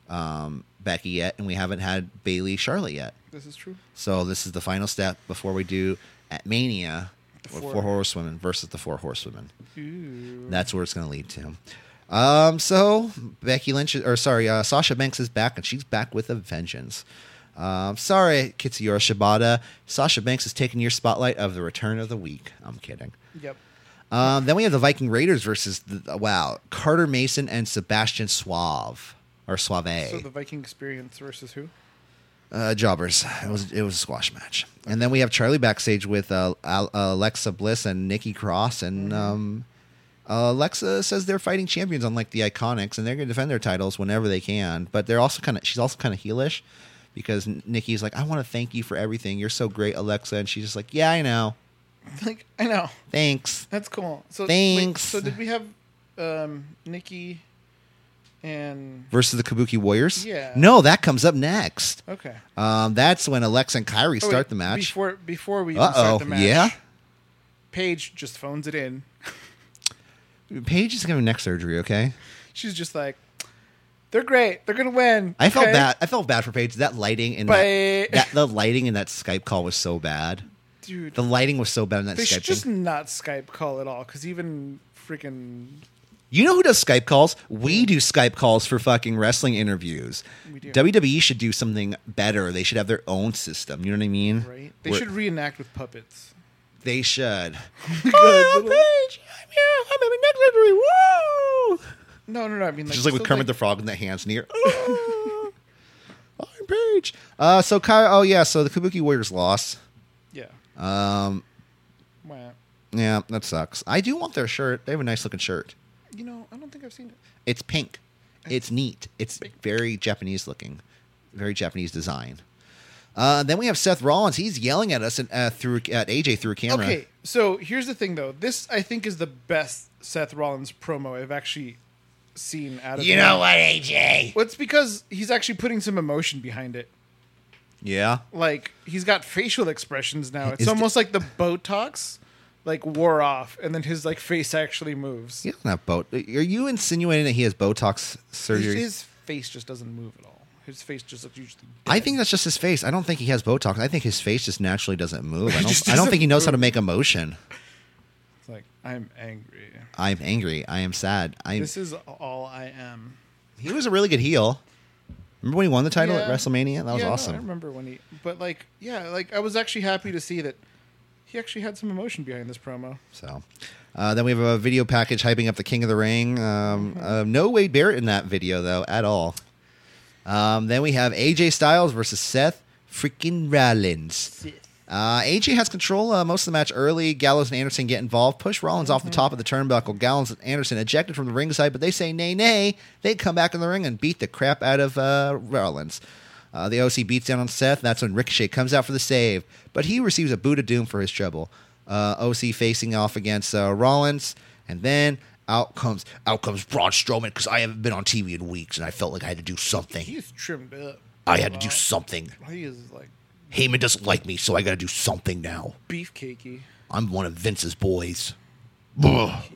um, Becky yet, and we haven't had Bailey, Charlotte yet. This is true. So this is the final step before we do at Mania, The with four. four horsewomen versus the four horsewomen. Ooh. That's where it's going to lead to. Um, so Becky Lynch, or sorry, uh, Sasha Banks is back, and she's back with a vengeance. Um, sorry, Kitsuyori Shibata. Sasha Banks is taking your spotlight of the return of the week. I'm kidding. Yep. Um, then we have the Viking Raiders versus the, wow Carter Mason and Sebastian Suave or Suave So the Viking experience versus who? uh, jobbers. It was it was a squash match, and then we have Charlie backstage with uh, Al- Alexa Bliss and Nikki Cross, Mm-hmm. and um, Alexa says they're fighting champions, unlike the Iconics, and they're going to defend their titles whenever they can. But they're also kind of she's also kind of heelish because N- Nikki's like, I want to thank you for everything. You're so great, Alexa, and she's just like, Yeah, I know. Like I know. Thanks. That's cool. So Thanks. Wait, so did we have um, Nikki and Versus the Kabuki Warriors. Yeah. No, that comes up next. okay? Um, that's when Alexa and Kyrie Oh, start wait, the match. before before we Uh even start the oh. match. Yeah. Paige just phones it in. Paige is giving neck surgery. Okay. She's just like, "They're great. They're gonna win." I felt okay?" bad. I felt bad for Paige. That lighting in But- that, that the lighting in that Skype call was so bad. dude. The lighting was so bad in that they Skype. should just thing. not Skype call at all because even freaking You know who does Skype calls? We do Skype calls for fucking wrestling interviews. We do. WWE should do something better. They should have their own system. You know what I mean? right. They Where- should reenact with puppets. They should. Good little- Paige, I'm here. I'm having neck surgery. Woo! No, no, no. I mean, like, just like with so, Kermit the Frog and the hands in the air. Oh, I'm Paige. Uh, so Kai. Oh yeah. So the Kabuki Warriors lost. yeah. Um, Wow. Yeah, that sucks. I do want their shirt. They have a nice looking shirt. You know, I don't think I've seen it. It's pink. It's neat. It's very Japanese looking, very Japanese design. Uh, then we have Seth Rollins. He's yelling at us and uh, through at AJ through camera. Okay, so here's the thing, though. This I think is the best Seth Rollins promo I've actually seen out of You him. know what, AJ? Well, it's because he's actually putting some emotion behind it. Yeah. Like he's got facial expressions now. It's Is the- almost like the Botox like wore off, and then his like face actually moves. He doesn't have boat. Are you insinuating that he has Botox His, surgery? his face just doesn't move at all. His face just looks usually. Dead. I think that's just his face. I don't think he has Botox. I think his face just naturally doesn't move. I don't, just I don't doesn't think he knows how to move. make emotion. it's like I'm angry. I'm angry. I am sad. I'm, This is all I am. he was a really good heel. Remember when he won the title at Yeah. WrestleMania? That was Yeah, no, awesome. I remember when he, but like, yeah, like I was actually happy to see that he actually had some emotion behind this promo. So uh, then we have a video package hyping up the King of the Ring. Um, uh, no Wade Barrett in that video though at all. Um, then we have AJ Styles versus Seth freaking Rollins. Uh, AJ has control uh, most of the match early. Gallows and Anderson get involved, push Rollins off the top of the turnbuckle. Gallows and Anderson ejected from the ringside, but they say nay, nay. They come back in the ring and beat the crap out of uh, Rollins. Uh, the OC beats down on Seth. That's when Ricochet comes out for the save, but he receives a boot of doom for his trouble. Uh, OC facing off against uh, Rollins, and then out comes out comes Braun Strowman because I haven't been on TV in weeks, and I felt like I had to do something. He's trimmed up. I had to do something. He is like Heyman doesn't like me, so I got to do something now. beefcakey. I'm one of Vince's boys. He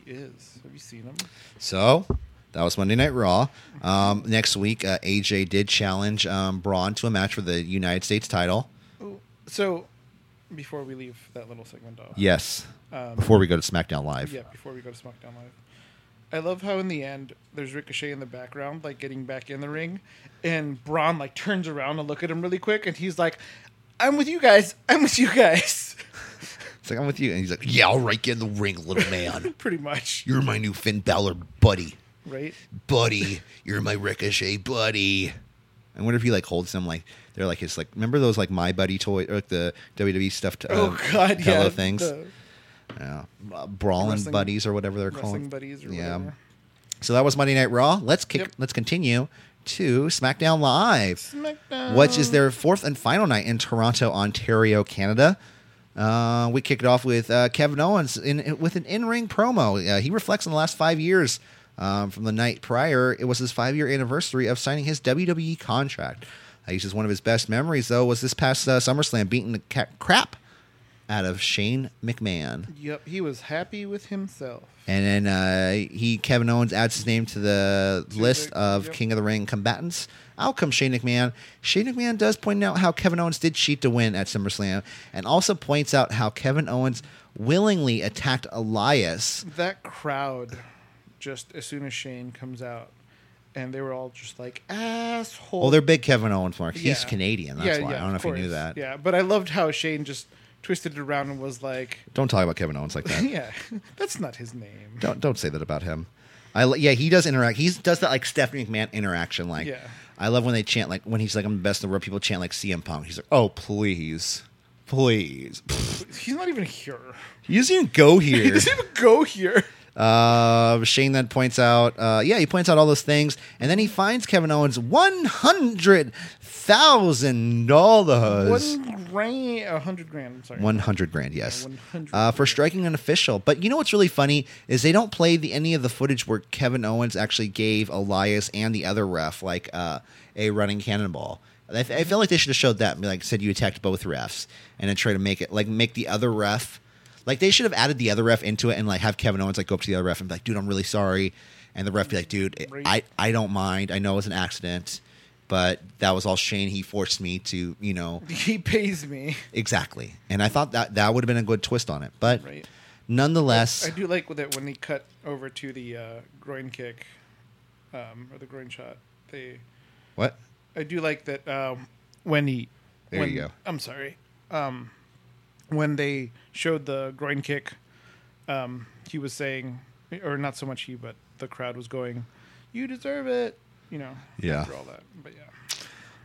is. Have you seen him? So that was Monday Night Raw. Um, next week, uh, AJ did challenge um, Braun to a match for the United States title. So, before we leave that little segment off, Yes. Before we go to SmackDown Live. Um, yeah, before we go to SmackDown Live, I love how in the end there's Ricochet in the background, like getting back in the ring, and Braun like turns around to look at him really quick, and he's like, "I'm with you guys. I'm with you guys." It's like, I'm with you. And he's like, yeah, all right, get in the ring, little man. Pretty much, You're my new Finn Balor buddy. right? Buddy. You're my Ricochet buddy. I wonder if he like holds them like they're like his like remember those like my buddy toy or like the WWE E stuffed Oh um, God, pillow yeah. things the- Yeah. Uh, Brawling Wrestling- buddies or whatever they're Wrestling called. buddies or yeah. whatever. So that was Monday Night Raw. Let's kick. Yep. Let's continue to SmackDown Live, SmackDown. which is their fourth and final night in Toronto, Ontario, Canada. Uh, we kicked it off with uh, Kevin Owens in, with an in-ring promo. Uh, he reflects on the last five years um, from the night prior. It was his five-year anniversary of signing his WWE contract. Uh, he says one of his best memories, though, was this past uh, SummerSlam beating the ca- crap out of Shane McMahon. Yep, he was happy with himself. And then uh, he Kevin Owens adds his name to the list the- of yep. King of the Ring combatants. Out comes Shane McMahon. Shane McMahon does point out how Kevin Owens did cheat to win at SummerSlam, and also points out how Kevin Owens willingly attacked Elias. That crowd, just as soon as Shane comes out, and they were all just like asshole. Well, they're big Kevin Owens marks. He's Yeah. Canadian. That's Yeah, why yeah, I don't know if of you knew course. that. Yeah, but I loved how Shane just twisted it around and was like, Don't talk about Kevin Owens like that. "Yeah, that's not his name." don't don't say that about him. I li- yeah, he does interact. He does that like Stephanie McMahon interaction. Like, Yeah. I love when they chant like when he's like I'm the best in the world. People chant like CM Punk. He's like, oh please, please. He's not even here. He doesn't even go He here. doesn't even go here. uh, Shane then points out, uh, yeah, he points out all those things, and then he finds Kevin Owens one hundred thousand dollars. One grand, a hundred grand. I'm sorry. One hundred grand, yes, Yeah, 100 uh, for grand. striking an official. But you know what's really funny is they don't play the, any of the footage where Kevin Owens actually gave Elias and the other ref like uh, a running cannonball. I, I feel like they should have showed that, and be like said you attacked both refs, and then try to make it like make the other ref like they should have added the other ref into it and like have Kevin Owens like go up to the other ref and be like, dude, I'm really sorry, and the ref be like, dude, I I don't mind, I know it was an accident. But that was all Shane. He forced me to, you know, He pays me. Exactly. And I thought that that would have been a good twist on it. But Right. nonetheless, I do like with it when they cut over to the uh, groin kick, um, or the groin shot. They, what? I do like that um, when he. There when- you go. I'm sorry. Um, when they showed the groin kick, um, he was saying, or not so much he, but the crowd was going, "You deserve it," you know. Yeah. After all that, but yeah.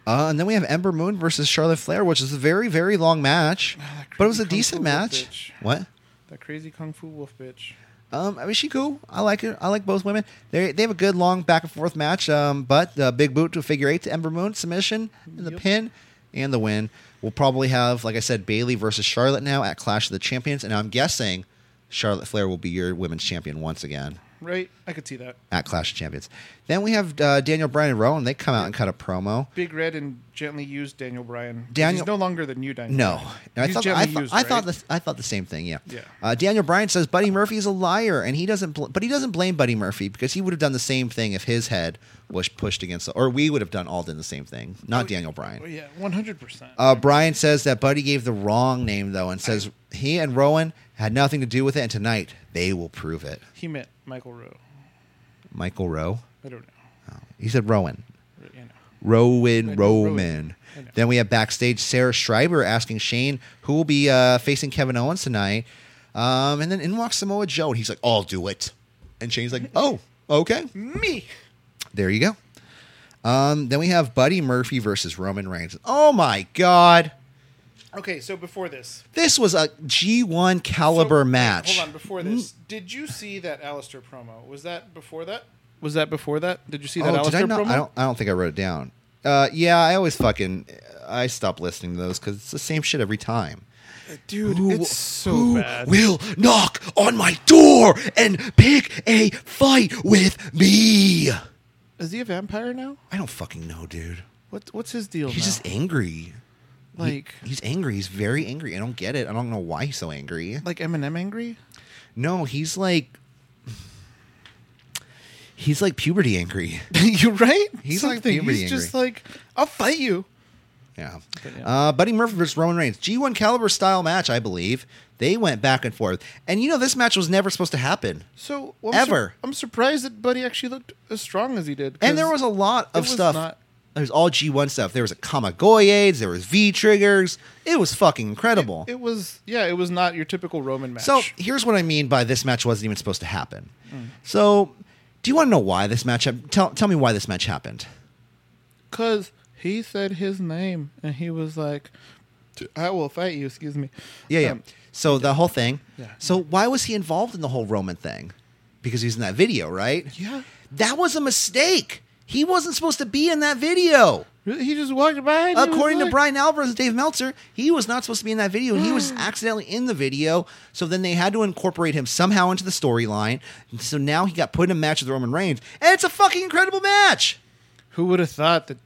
Uh, and then we have Ember Moon versus Charlotte Flair, which is a very, very long match, Ah, but it was a crazy decent kung fu match. bitch. What? That crazy kung fu wolf bitch. Um, I mean, she cool. I like her. I like both women. They they have a good long back and forth match. Um, but the big boot to a figure eight to Ember Moon submission and the Yep. pin and the win. We'll probably have, like I said, Bailey versus Charlotte now at Clash of the Champions, and I'm guessing Charlotte Flair will be your women's champion once again. Right? I could see that. at Clash of Champions. Then we have uh, Daniel Bryan and Rowan. They come out and cut a promo. Big Red and gently used Daniel Bryan. 'Cause Daniel- he's no longer the new Daniel. No, Bryan. and I He's thought gently I thought, used, I thought right? the I thought the same thing. Yeah. Yeah. Uh, Daniel Bryan says Buddy Murphy's a liar, and he doesn't. Bl- but he doesn't blame Buddy Murphy because he would have done the same thing if his head was pushed against, the, or we would have done all done the same thing. Not Daniel Bryan. Oh, yeah, one hundred percent. Uh, Brian says that Buddy gave the wrong name though, and says he and Rowan had nothing to do with it, and tonight they will prove it. He meant Michael Rowe. Michael Rowe. I don't know. He said Rowan. You know. Rowan know, Rowan. Roman. I know. Then we have backstage Sarah Schreiber asking Shane who will be uh, facing Kevin Owens tonight. Um, and then in walks Samoa Joe, and he's like, "I'll do it." And Shane's like, "Oh, okay, Me. there you go." Um, then we have Buddy Murphy versus Roman Reigns. Oh my God, Okay, so before this, this was a G1 caliber So, match. Mm. Hold on, before this, did you see that Alistair promo? Was that before that? Was that before that? Did you see that Oh, did I Alistair not? promo? I don't. I don't think I wrote it down. Uh, yeah, I always fucking I stop listening to those because it's the same shit every time. Dude, Who- it's so who bad. will knock on my door and pick a fight with me? Is he a vampire now? I don't fucking know, dude. What What's his deal He's now? just angry. like He's angry. He's very angry. I don't get it. I don't know why he's so angry. like Eminem angry? No, he's like he's like puberty angry. You're right. He's like Something. puberty He's just angry. like, I'll fight you. Yeah. yeah. Uh, Buddy Murphy versus Roman Reigns. G1 caliber style match, I believe. They went back and forth. And you know this match was never supposed to happen. So well, I'm Ever. sur- I'm surprised that Buddy actually looked as strong as he did. 'cause And there was a lot it of was stuff. not- There's all G1 stuff. There was a Kamagoyades, there was V triggers. It was fucking incredible. It was yeah. It was not your typical Roman match. Mm. so here's what I mean by this match wasn't even supposed to happen. So do you want to know why this match hap- tell tell me why this match happened? because he said his name and he was like, I will fight you. Excuse me. Yeah, yeah. Um, so the whole thing. Yeah. So why was he involved in the whole Roman thing? Because he's in that video, right? Yeah. That was a mistake. He wasn't supposed to be in that video. Really? He just walked by. and he was According to like- Brian Alvarez and Dave Meltzer, he was not supposed to be in that video, and he was Mm. accidentally in the video. So then they had to incorporate him somehow into the storyline. And So now he got put in a match with Roman Reigns, and it's a fucking incredible match. Who would have thought that?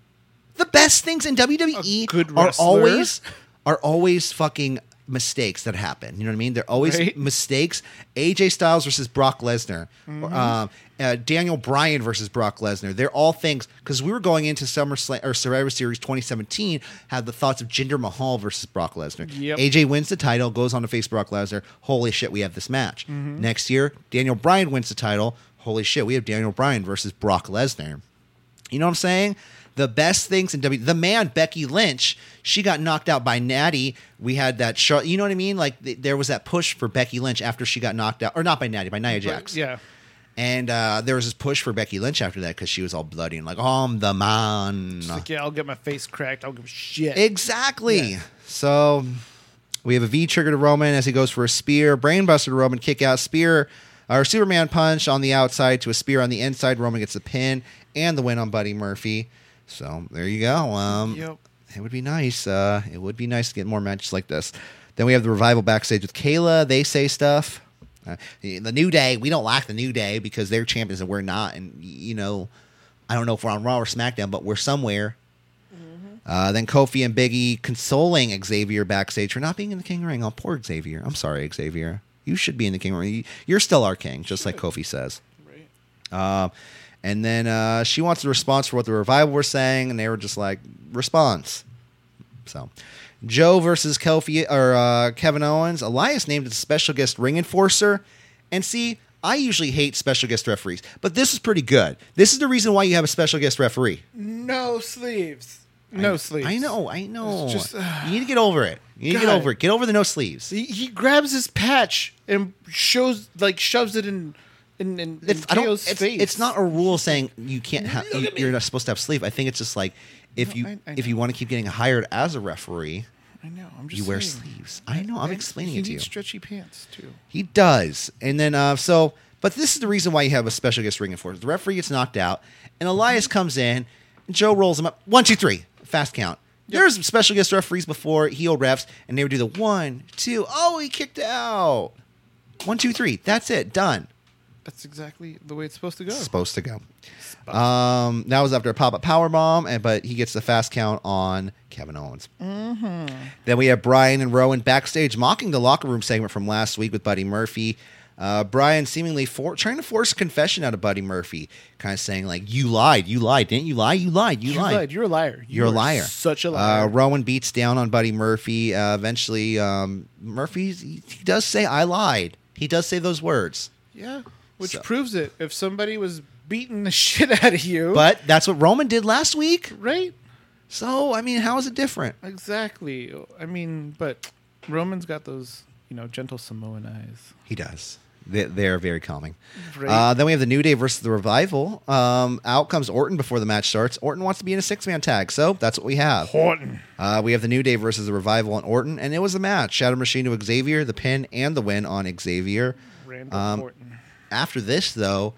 The best things in WWE A good are wrestler. always are always fucking mistakes that happen. You know what I mean? They're always Right. mistakes. AJ Styles versus Brock Lesnar, Mm-hmm. or, um, uh, Daniel Bryan versus Brock Lesnar. They're all things because we were going into SummerSlam or Survivor Series 2017 had the thoughts of Jinder Mahal versus Brock Lesnar. Yep. AJ wins the title, goes on to face Brock Lesnar. Holy shit, we have this match. Mm-hmm. Next year, Daniel Bryan wins the title. Holy shit, we have Daniel Bryan versus Brock Lesnar. You know what I'm saying? The best things in W. The man Becky Lynch, she got knocked out by Natty. We had that show. You know what I mean? Like th- there was that push for Becky Lynch after she got knocked out, or not by Natty, by Nia Jax. Yeah. And uh, there was this push for Becky Lynch after that because she was all bloody and like, oh, I'm the man. It's like, yeah, I'll get my face cracked. I'll give a shit. Exactly. So we have a V trigger to Roman as he goes for a spear, brainbuster to Roman, kick out, spear, or Superman punch on the outside to a spear on the inside. Roman gets the pin and the win on Buddy Murphy. So there you go. Um, Yep. It would be nice. Uh, it would be nice to get more matches like this. Then we have the revival backstage with Kayla. They say stuff. Uh, the New Day, we don't like the New Day because they're champions and we're not. And, y- you know, I don't know if we're on Raw or SmackDown, but we're somewhere. Uh, then Kofi and Biggie consoling Xavier backstage for not being in the King Ring. Oh, poor Xavier. I'm sorry, Xavier. You should be in the King Ring. You- You're still our king, just like Kofi says. Right. Uh, and then uh, she wants a response for what the revival were saying, and they were just like, response. So, Joe versus Kofi or uh, Kevin Owens. Elias named as special guest ring enforcer. And see, I usually hate special guest referees, but this is pretty good. This is the reason why you have a special guest referee. No sleeves. No sleeves. I know, I know. It's just, ah. you need to get over it. You need to get God. over it. Get over the no sleeves. He, he grabs his patch and shows, like, shoves it in, in, in, in It's, I don't, KO's it's, face. it's not a rule saying you can't have. Look You, at me. you're not supposed to have sleeve. I think it's just like if you I- I if you want to keep getting hired as a referee, I know. I'm just you wear saying. sleeves. I know. I'm And explaining he it to you. needs stretchy pants, too. He does. And then uh, so, but this is the reason why you have a special guest ring enforcer. The referee gets knocked out, and Elias comes in. And Joe rolls him up. One, two, three. Fast count. There's special guest referees before heel refs, and they would do the one, two. Oh, he kicked out. One, two, three. That's it. Done. That's exactly the way it's supposed to go. Supposed to go. Um, that was after a pop up power bomb, and but he gets the fast count on Kevin Owens. Mm-hmm. Then we have Brian and Rowan backstage mocking the locker room segment from last week with Buddy Murphy. Uh, Brian seemingly for- trying to force a confession out of Buddy Murphy, kind of saying like, "You lied, you lied, didn't you lie? You lied, you, You lied. lied. You're a liar. You You're a are liar. Such a Uh, liar. Rowan beats down on Buddy Murphy. Uh, eventually, um, Murphy he, he does say, "I lied." He does say those words, yeah. Which So- proves it. If somebody was beating the shit out of you. but that's what Roman did last week. right? So I mean, how is it different? Exactly. I mean, but Roman's got those, you know, gentle Samoan eyes. He does. They, they're very calming. Right. Uh, then we have the New Day versus the Revival. Um, out comes Orton before the match starts. Orton wants to be in a six man tag, so that's what we have. Horton. Uh, we have the New Day versus the Revival on Orton, and it was a match. Shadow Machine to Xavier, the pin and the win on Xavier. Randall Um, Horton. After this, though,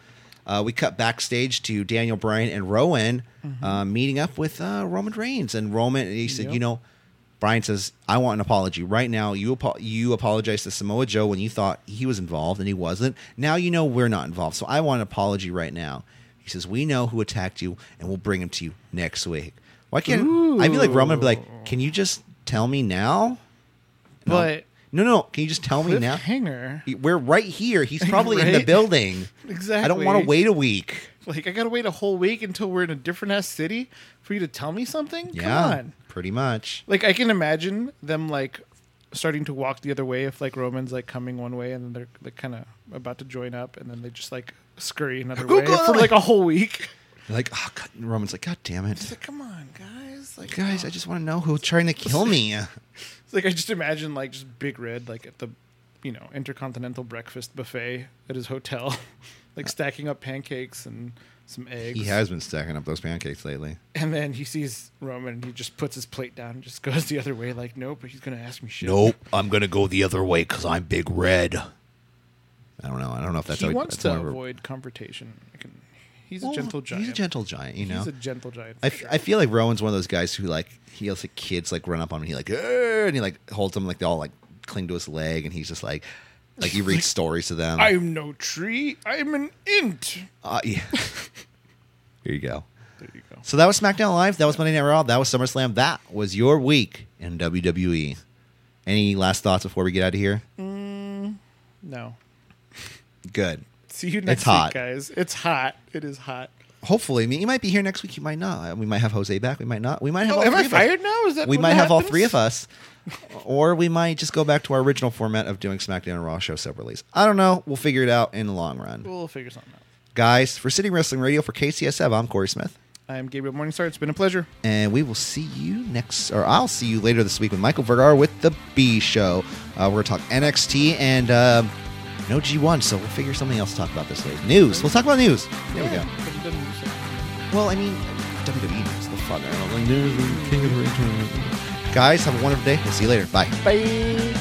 uh, we cut backstage to Daniel Bryan and Rowan uh, meeting up with uh, Roman Reigns. And Roman, he said, Yep. you know, Bryan says, I want an apology right now. You apo- you apologize to Samoa Joe when you thought he was involved and he wasn't. Now you know we're not involved, so I want an apology right now. He says, we know who attacked you, and we'll bring him to you next week. Why can't I feel like Roman would be like, can you just tell me now? But No, no, can you just tell me now? cliffhanger. We're right here. He's probably in the Right? building. Exactly. I don't want to wait a week. Like I gotta wait a whole week until we're in a different ass city for you to tell me something. Yeah, Come on. pretty much. Like I can imagine them like starting to walk the other way if like Roman's like coming one way and then they're like kind of about to join up and then they just like scurry another Go, way go, for like- like a whole week. Like, oh, God. and Roman's like, God damn It's it, like come on guys, like guys! I just want to know who's trying to kill me. It's like I just imagine like just Big Red like at the you know intercontinental breakfast buffet at his hotel, like stacking up pancakes and some eggs. He has been stacking up those pancakes lately. And then he sees Roman and he just puts his plate down and just goes the other way, like, nope, he's going to ask me shit. Nope, I'm gonna go the other way because I'm Big Red. I don't know. I don't know if that's he how wants that's to how I re- avoid confrontation. I can, he's Well, a gentle giant. He's a gentle giant, you know. He's a gentle giant. I, f- I feel like Rowan's one of those guys who like he has like kids like run up on him and he like "Arr!" and he like holds them like they all like cling to his leg and he's just like like he reads stories to them. I'm no tree. I'm an int. Uh, yeah. Here you go. There you go. So that was SmackDown Live. That was Monday Night Raw. That was SummerSlam. That was your week in WWE. Any last thoughts before we get out of here? No. Good. See you next hot. week, guys. It's hot. It is hot. Hopefully, I mean, you might be here next week. You might not. We might have Jose back. We might not. We might have. Oh, all am three I of us. fired now? Is that we what might have all happens? three of us, or we might just go back to our original format of doing SmackDown and Raw show separately. I don't know. We'll figure it out in the long run, We'll figure something out. guys. For City Wrestling Radio for KCSF, I'm Corey Smith, I'm Gabriel Morningstar. It's been a pleasure. and we will see you next, or I'll see you later this week with Michael Vergara with the B Show. Uh, we're gonna talk NXT and um, no G1, so we'll figure something else to talk about this week. News. We'll talk about news. There we go. Well, I mean, WWE news. The fuck. I don't know. Like, there's the King of the Ring tournament. Guys, have a wonderful day. We'll see you later. Bye. Bye.